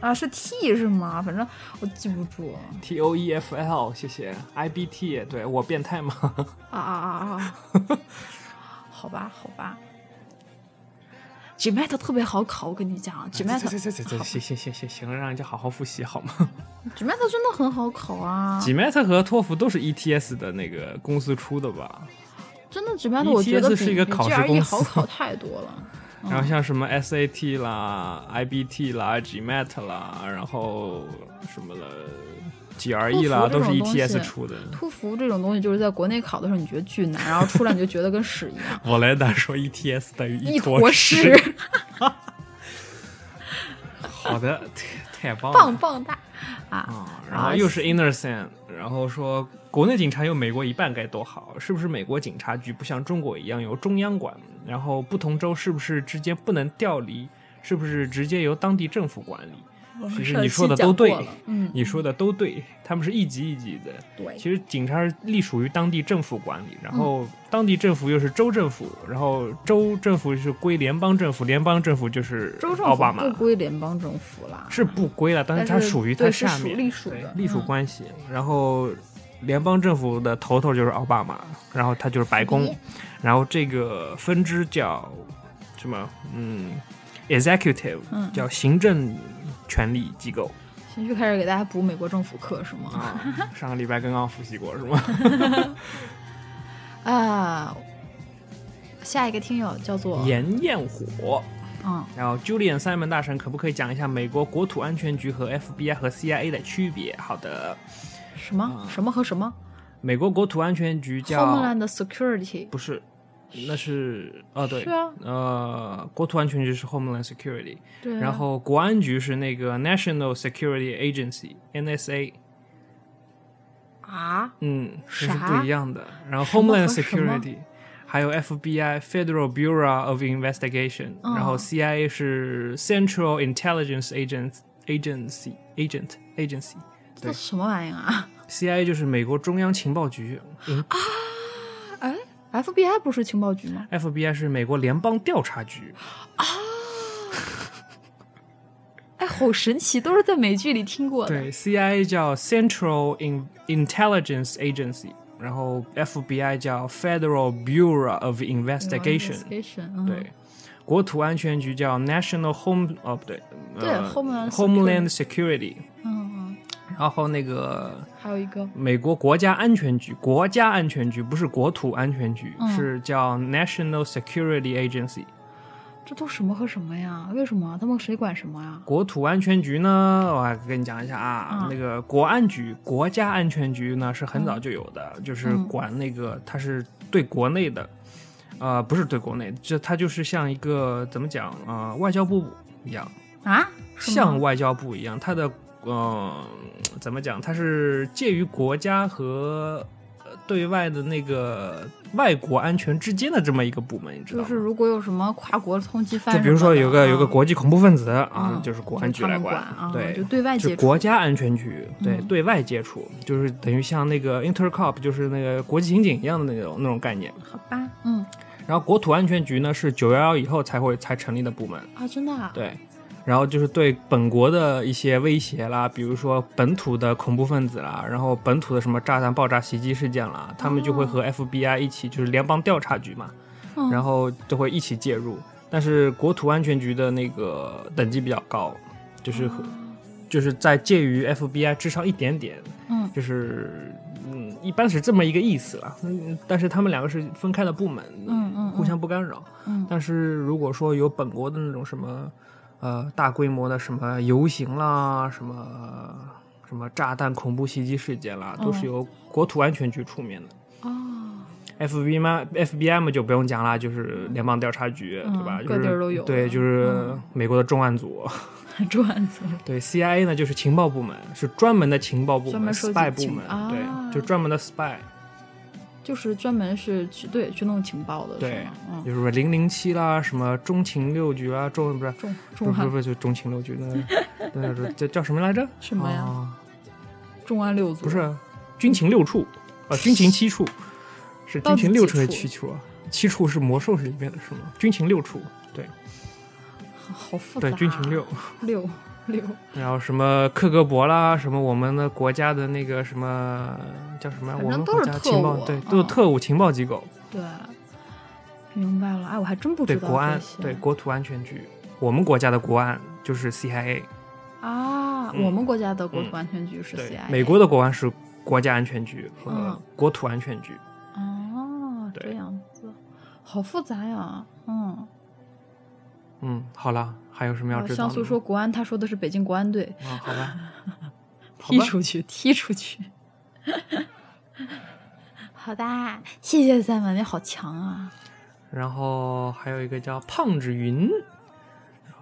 啊，是 T 是吗？反正我记不住了。
？T O E F L，谢谢 I B T，对我变态吗？
啊啊啊！啊！ 好吧，好吧。GMAT 特别好考，我跟你讲
这
，GMAT
这这这这啊 行行行行行，让人家好好复习好吗？
GMAT 真的很好考啊！
GMAT 和托福都是 ETS 的那个公司出的吧？
真的 GMAT 我觉得
ETS
比
是一个
比
考试公
GRE
司
好考太多了。
然后像什么 SAT 啦、IBT 啦、GMAT 啦，然后什么的 GRE 啦，
托
都
福这种
是
东西
ETS 出 的。
托福这种东西，就是在国内考的时候你觉得巨难，然后出来你就觉得跟屎一 样，
我来打说 ETS 等于
一坨
坨
屎，，
好的，太太棒了。
棒棒哒啊！
啊然后又是 Innocent，然后说国内警察有美国一半该多好，是不是美国警察局不像中国一样由中央管？然后不同州是不是之间不能调离？是不是直接由当地政府管理？
我们
其实
上
你说
期
的
讲
都对
过了嗯，
你说的都对，他们是一级一级的。
对
其实警察是隶属于当地政府管理，然后当地政府又是州政府，然后州政府是归联邦政府，联邦政府就是
州政
奥
府
巴马
不归联邦政府啦，
是不归了，但是它
但是
属于
对
它
是
下
属
面
隶属
对
的
隶属
嗯
关系。然后联邦政府的头头就是奥巴马，然后他就是白宫，然后这个分支叫什么？嗯，executive
嗯
叫行政权力机构。
先去开始给大家补美国政府课是吗？
啊，上个礼拜刚刚复习过是吗？
啊，下一个听友叫做
盐焰火。
嗯，
然后 Julian Simon 大神可不可以讲一下美国国土安全局和 FBI 和 CIA 的区别？好的，
什么什么和什么
美国国土安全局啊叫
Homeland Security
不是，那是哦对，
是啊
呃，国土安全局是 Homeland Security，、
对啊，
然后国安局是那个 National Security Agency NSA，
啊，
嗯，这是
啥
不一样的。然后
什么
Homeland
和什么
Security 还有 FBI Federal Bureau of Investigation，、
嗯
然后 CIA 是 Central Intelligence Agent Agency Agent Agency。
这什么玩意儿啊？
CIA 就是美国中央情报局、嗯
哎，FBI 不是情报局吗？
f b i 是美国联邦调查局。
哎，好神奇，都是在美剧里听过的。
对，CIA 叫 Central In Intelligence Agency，然后 FBI 叫 Federal Bureau of Investigation。
Investigation，嗯
对，国土安全局叫 National Home 哦不对，
对
呃
Homeland
Homeland Security，
嗯嗯，
然后那个
还有一个
美国国家安全局，国家安全局不是国土安全局，
嗯
是叫 National Security Agency。
这都什么和什么呀？为什么他们谁管什么呀？
国土安全局呢，我还跟你讲一下啊，
嗯
那个国安局、国家安全局呢是很早就有的，
嗯
就是管那个，它是对国内的，呃，不是对国内，这它就是像一个怎么讲呃，外交部一样，
啊，是吗
像外交部一样，它的呃怎么讲，它是介于国家和呃对外的那个外国安全之间的这么一个部门，你知道
就
吗？
是如果有什么跨国通缉
就
犯什么的啊，
比如说有个有个国际恐怖分子啊
嗯，
就是国安局
他
来
们管啊，
对
就，对外
就
接触
国家安全局对、
嗯
对外接触，就是等于像那个 Intercop，就是那个国际刑警一样的那种那种概念。
好吧？嗯
然后国土安全局呢是九幺幺以后才会才成立的部门，
啊，真的啊，
对。然后就是对本国的一些威胁啦，比如说本土的恐怖分子啦，然后本土的什么炸弹爆炸袭击事件啦，他们就会和 FBI 一起，就是联邦调查局嘛，
嗯
然后就会一起介入。但是国土安全局的那个等级比较高，就是和、就是在介于 FBI 之上一点点，
嗯
就是嗯，一般是这么一个意思啦。嗯，但是他们两个是分开的部门，
嗯嗯
互相不干扰。
嗯
但是如果说有本国的那种什么，呃，大规模的什么游行啦，什么什么炸弹恐怖袭击事件啦，都
嗯
是由国土安全局出面的。
哦，
FBI 嘛，FBI 嘛就不用讲啦，就是联邦调查局，
嗯
对吧？
各地儿都有嗯
就是对，就是美国的重案组。
转子
对，CIA 呢就是情报部门，是专门的情报部
专
门
门收集
，spy 部
情
门，
啊
对，就专门的 spy，
就是专门是去对去弄情报的，
对
是吗，嗯，
就是说零零七啦，什么中情六局啊，中不是
重
不
重
是
案
不是就中情六局那那是这叫什么来着？
什么呀
哦
重案六组
不是军情六处啊，军情七处是
到
军情
底
六
几
处还是
处
七处啊？七处是魔兽是里面的是吗？军情六处，对
好复杂，啊
对，军情六。
六六
然后什么克格勃啦，什么我们的国家的那个什么叫什么，
反
我
正
们
都
国
是
家
特
情报
务
对，都是
嗯
特务情报机构，
对。明白了，哎，我还真不知
对
道
国安
这些
对国土安全局，我们国家的国安就是 CIA，
啊，
嗯
我们国家的国土
嗯
安全局是
对
CIA，，
美国的国安是国家安全局和
嗯
国土安全局，
哦，
对
这样子，好复杂呀，嗯。
嗯，好了，还有什么要
呃
知道
像
的
素
吗？
说国安，他说的是北京国安队，
啊，好 吧，好
踢
吧，
出去，踢出去。
好吧，
谢谢三文，你好强啊！
然后还有一个叫胖子云，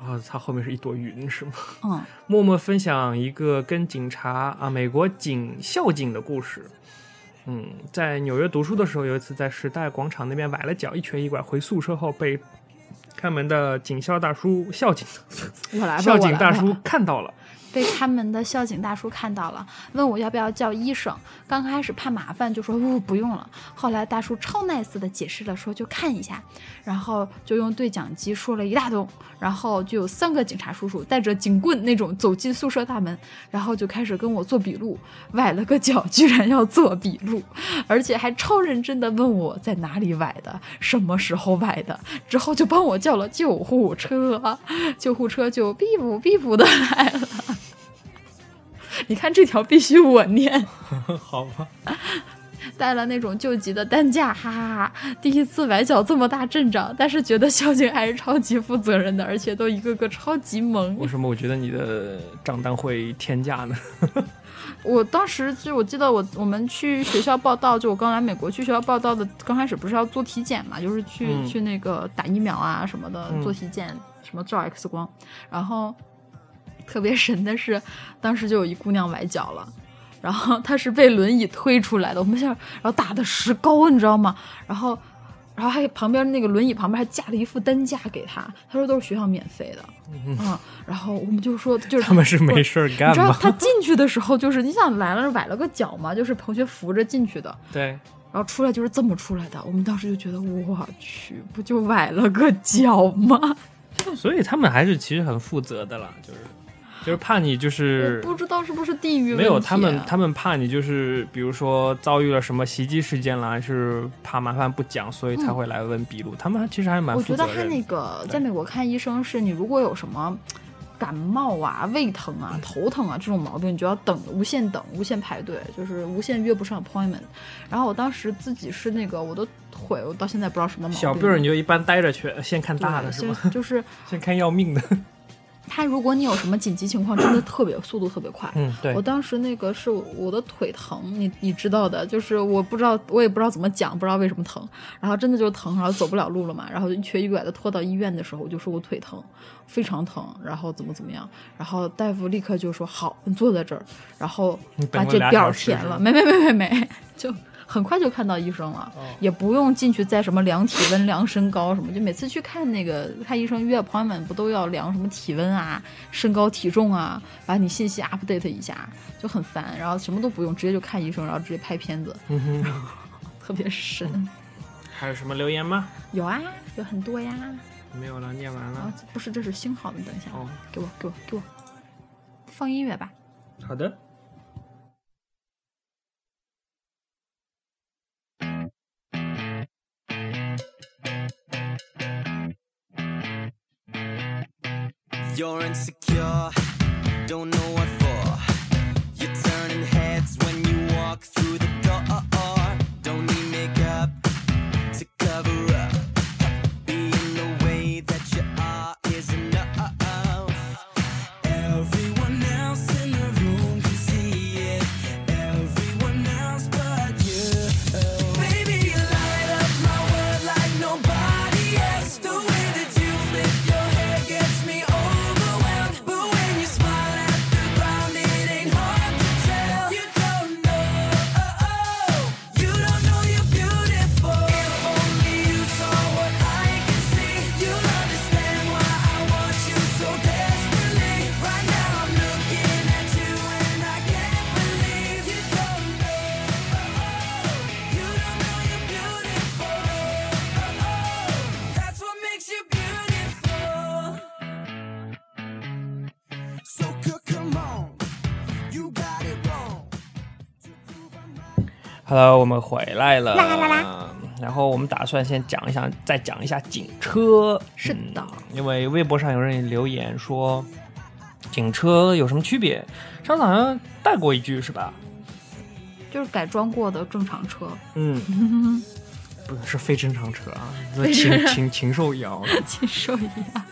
然后它后面是一朵云是吗？
嗯，
默默分享一个跟警察啊，美国警校警的故事。嗯，在纽约读书的时候，有一次在时代广场那边崴了脚，一瘸一拐回宿舍后被开门的警校大叔、校警、
我来吧，
校
我
警
来
大
吧
叔看到了，
被看门的校警大叔看到了，问我要不要叫医生。刚开始怕麻烦，就说不不用了。后来大叔超 nice 的解释了，说就看一下，然后就用对讲机说了一大通，然后就有三个警察叔叔带着警棍那种走进宿舍大门，然后就开始跟我做笔录，崴了个脚，居然要做笔录，而且还超认真的问我在哪里崴的，什么时候崴的，之后就帮我叫了救护车， 救护车就哔补哔补的来了。你看这条必须我念，
好吧，
带了那种救急的担架，哈哈哈！第一次崴脚这么大阵仗，但是觉得校警还是超级负责任的，而且都一个个超级萌。
为什么我觉得你的账单会天价呢？
我当时就我记得我我们去学校报道，就我刚来美国去学校报道的，刚开始不是要做体检嘛，就是去、
嗯
去那个打疫苗啊什么的，
嗯
做体检，什么照 X 光，然后特别神的是，当时就有一姑娘崴脚了。然后她是被轮椅推出来的，我们想，然后打的石膏，你知道吗？然后，然后还旁边那个轮椅旁边还架了一副担架给她，她说都是学校免费的，嗯，然后我们就说就是
他们是没事儿
你
干
知道
吗？
他进去的时候，就是你想来了崴了个脚嘛，就是同学扶着进去的，
对，
然后出来就是这么出来的。我们当时就觉得，我去，不就崴了个脚吗？
所以他们还是其实很负责的啦，就是就是怕你就是
我不知道是不是地域问题啊
没有他们，他们怕你就是比如说遭遇了什么袭击事件啦，还是怕麻烦不讲，所以才会来问笔录。他们还其实还蛮
嗯我
负
觉
责
得他那
任的。
个
对
在美国看医生是你如果有什么。感冒啊、胃疼啊、头疼啊这种毛病，你就要等，无限等，无限排队，就是无限约不上 appointment。然后我当时自己是那个我的腿，我到现在不知道什么毛病。
小病儿你就一般待着去， 先看大的
对
是吧？
就就是
先看要命的。
他如果你有什么紧急情况，真的特别速度特别快。
嗯，对
我。当时那个是我我的腿疼，你你知道的，就是我不知道，我也不知道怎么讲，不知道为什么疼，然后真的就疼，然后走不了路了嘛，然后一瘸一拐的拖到医院的时候，我就说我腿疼，非常疼，然后怎么怎么样，然后大夫立刻就说好，你坐在这儿，然后
你等
把
我
这
俩
表
小时
填
是
了，
吗
没没没没没，就很快就看到医生了，
哦
也不用进去再什么量体温、量身高什么，就每次去看那个看医生约朋友们不都要量什么体温啊、身高、体重啊，把你信息 update 一下，就很烦。然后什么都不用，直接就看医生，然后直接拍片子，
嗯哼，
特别神。
还有什么留言吗？
有啊，有很多呀。
没有了，念完
啊
了。，
不是，这是星号的，等一下，
哦，
给我，给我，给我，放音乐吧。
好的。
You're insecure, don't know what for. You're turning heads when you walk through the door. Don't need makeup to cover up. Being the way that you are is enough. Everyone else in the room can see it. Everyone else but you. Baby, you light up my world like nobody else. The way that you flip your hair gets me overwhelmed. But when you smile at the ground, it ain't hard to tell. You don't know, you don't know you're beautiful. If only you saw what I can see, you'll understand why I want you so desperately. Right now I'm looking at you and I can't believe you don't know. You don't know you're beautiful. That's what makes you beautiful. So c- come on, you got it wrong. To prove I'm right.
Hello，我们回来了。
啦啦
然后我们打算先讲一下，再讲一下警车。
是的
嗯因为微博上有人留言说，警车有什么区别？上次好像带过一句是吧？
就是改装过的正常车，
嗯，不是非正常车啊，是
非
禽
正
禽禽兽一样。
禽兽一样。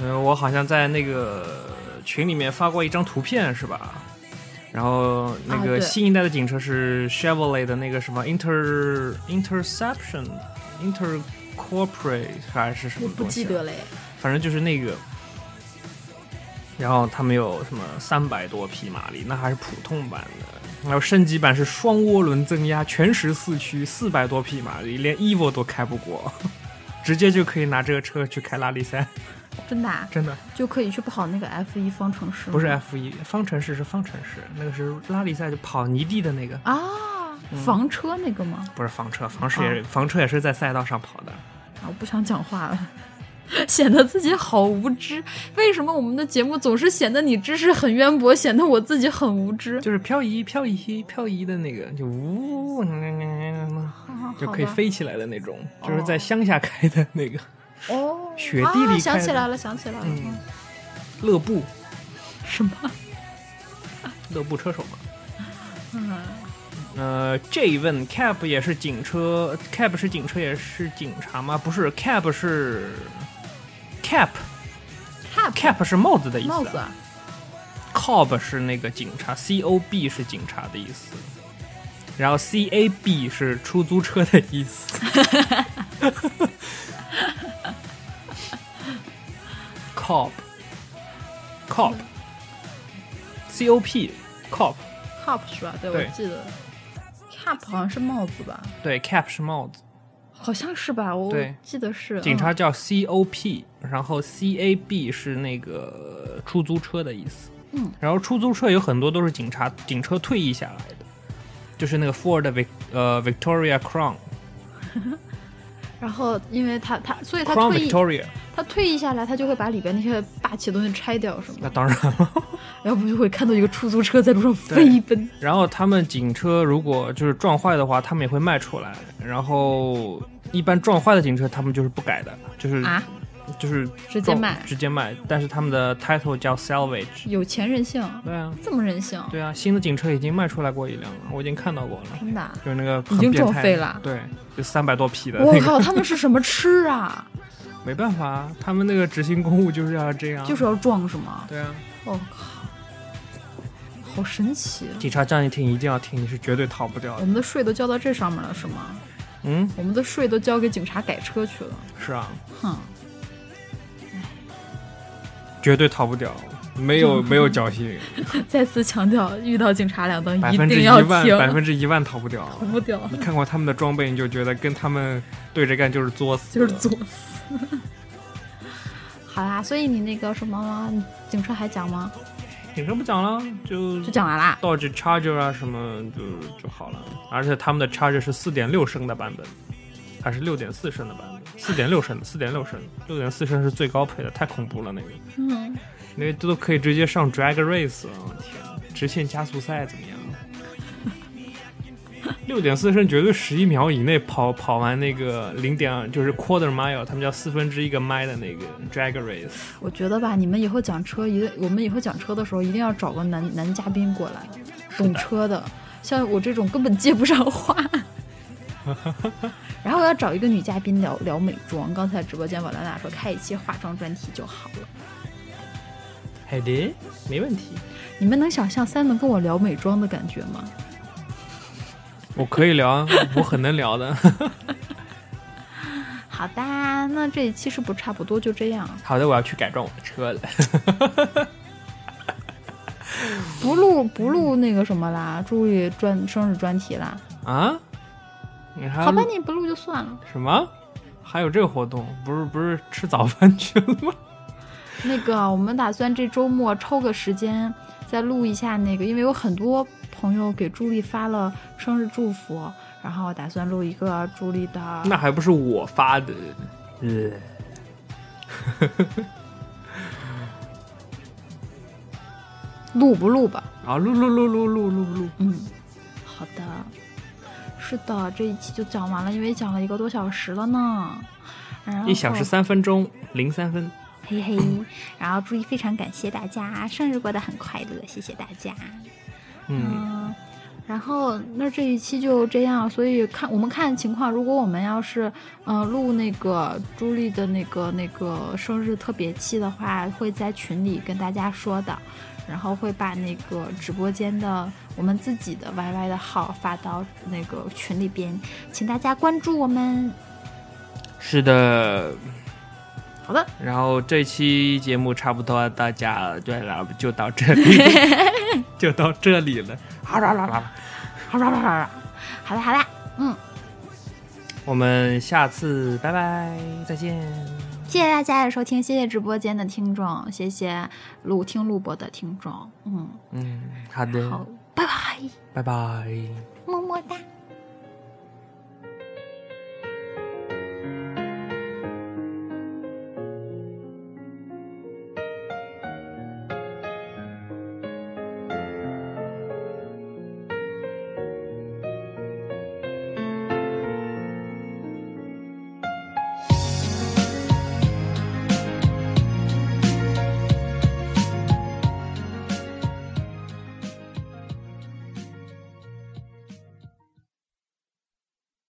嗯，我好像在那个群里面发过一张图片，是吧？然后那
啊
个
对
新一代的警车是 Chevrolet 的那个什么 Inter Interception Intercorporate 还是什
我
么
不
东西
记
啊，
得嘞，
反正就是那个。然后他们有什么三百多匹马力，那还是普通版的。然后升级版是双涡轮增压，全时四驱，四百 多匹马力，连 Evo 都开不过，直接就可以拿这个车去开拉力赛。
真的、啊、
真的
就可以去跑那个 F 一方程式吗，
不是 F 一方程式是方程式，那个是拉力赛就跑泥地的那个，
啊，
嗯
房车那个吗？
不是房车，房车也、房车也是在赛道上跑的。
啊，我不想讲话了， 显得自己好无知。为什么我们的节目总是显得你知识很渊博，显得我自己很无知？
就是漂移、漂移、漂移的那个，就呜，
啊
就
好
可以
吧
飞起来的那种，就是在乡下开的那个
哦，
雪地里
啊、想
开
起
的
来了，想起来了，
嗯乐部
什么？
乐部车手嘛。
嗯，
呃，J 问 Cab 也是警车，Cab 是警车也是警察吗？不是，Cab 是 Cap
cap
Cap 是帽子的意
帽
思
子啊，
，Cob 是那个警察，C O B 是警察的意思，然后 C A B 是出租车的意思。Cob Cob C O P Cob
，cap 是吧？对，
对
我记得 cap 好像是帽子吧？
对，Cap 是帽子。
好像是吧？我
对
记得是嗯
警察叫 COP，然后 CAB 是那个出租车的意思。
嗯，
然后出租车有很多都是警察警车退役下来的，就是那个 Ford 的 Vic 呃 Victoria Crown
嗯然后因为他他，所以他
Crown
退役，
Victoria，
他退役下来，他就会把里边那些霸气的东西拆掉，是
那
吗？
当然 了。
要不就会看到一个出租车在路上飞奔。
然后他们警车如果就是撞坏的话，他们也会卖出来。然后一般撞坏的警车他们就是不改的，就是、
啊，
就是
直接
撞
卖
直接卖。但是他们的 title 叫 salvage。
有钱任性，
对啊，
这么任性，
对啊，新的警车已经卖出来过一辆了，我已经看到过了。
真的啊。
就是那个很
已经
变
撞
态
废
的
了
对，就三百多匹的
我
那个，
靠，他们是什么吃 啊？
没办法啊，他们那个执行公务就是要这样，
就是要撞是吗？
对啊，
我靠，好神奇啊！
警察叫你停一定要停，你是绝对逃不掉
我
的。
们的税都交到这上面了是吗？
嗯，
我们的税都交给警察改车去了。
是啊，
哼，
绝对逃不掉，没有没有侥 幸，
再次强调，遇到警察两灯
百
一
分之
定
一
要
万
停，
百分之一万逃不掉。
逃不掉，
你看过他们的装备，你就觉得跟他们对着干就是作死，
就是作死。 好啦，所以你那个什么警车还讲吗？
警车不讲了，就
就讲完啦。
到这 Charger 啊什么就就好了，而且他们的 Charger 是四点六升的版本，还是六点四升的版本？四点六升的，四点六升，六点四升是最高配的，太恐怖了那个，
嗯，
那个都可以直接上 Drag Race 啊！我天，直线加速赛怎么样？啊六点四升绝对十一秒以内跑跑完那个零点就是 quarter mile，他们叫四分之一个 mile 的那个 drag race，
我觉得吧，你们以后讲车，一定我们以后讲车的时候，一定要找个男男嘉宾过来，懂车的，像我这种根本接不上话。 然后要找一个女嘉宾聊聊美妆。刚才直播间瓦兰娜说开一期化妆专题就好了。
好的，没问题，
你们能想象三能跟我聊美妆的感觉吗？
我可以聊啊，我很能聊的。
好的，那这一期是不是差不多就这样？
好的，我要去改装我的车了。
不录不录那个什么啦，注意专生日专题啦。
啊？你还要
好吧
啊录，
你不录就算了。
什么？还有这个活动？不是不是吃早饭去了吗？
那个，我们打算这周末抽个时间再录一下那个，因为有很多朋友给朱莉发了生日祝福，然后打算录一个朱莉的。
那还不是我发的？呃，
录不录吧？
啊，录录录录录录录，
嗯，好的。是的，这一期就讲完了，因为讲了一个多小时了呢。然后
一小时三分钟零三分。
嘿嘿，然后朱一非常感谢大家，生日过得很快乐，谢谢大家。
嗯，
嗯，然后那这一期就这样，所以看我们看情况，如果我们要是呃录那个朱莉的那个那个生日特别期的话，会在群里跟大家说的，然后会把那个直播间的我们自己的 YY 的号发到那个群里边，请大家关注我们。
是的。
好的，
然后这期节目差不多，大家对了，就到这里， 就到这里了。啊啦啦啦！
好啦好啦好啦，好啦好啦，嗯，
我们下次拜拜，再见。
谢
谢大家的收听，谢谢直播间的听众，谢谢录听录播的听众，嗯，
嗯，好
好
的，，
拜拜，
拜拜。
么么。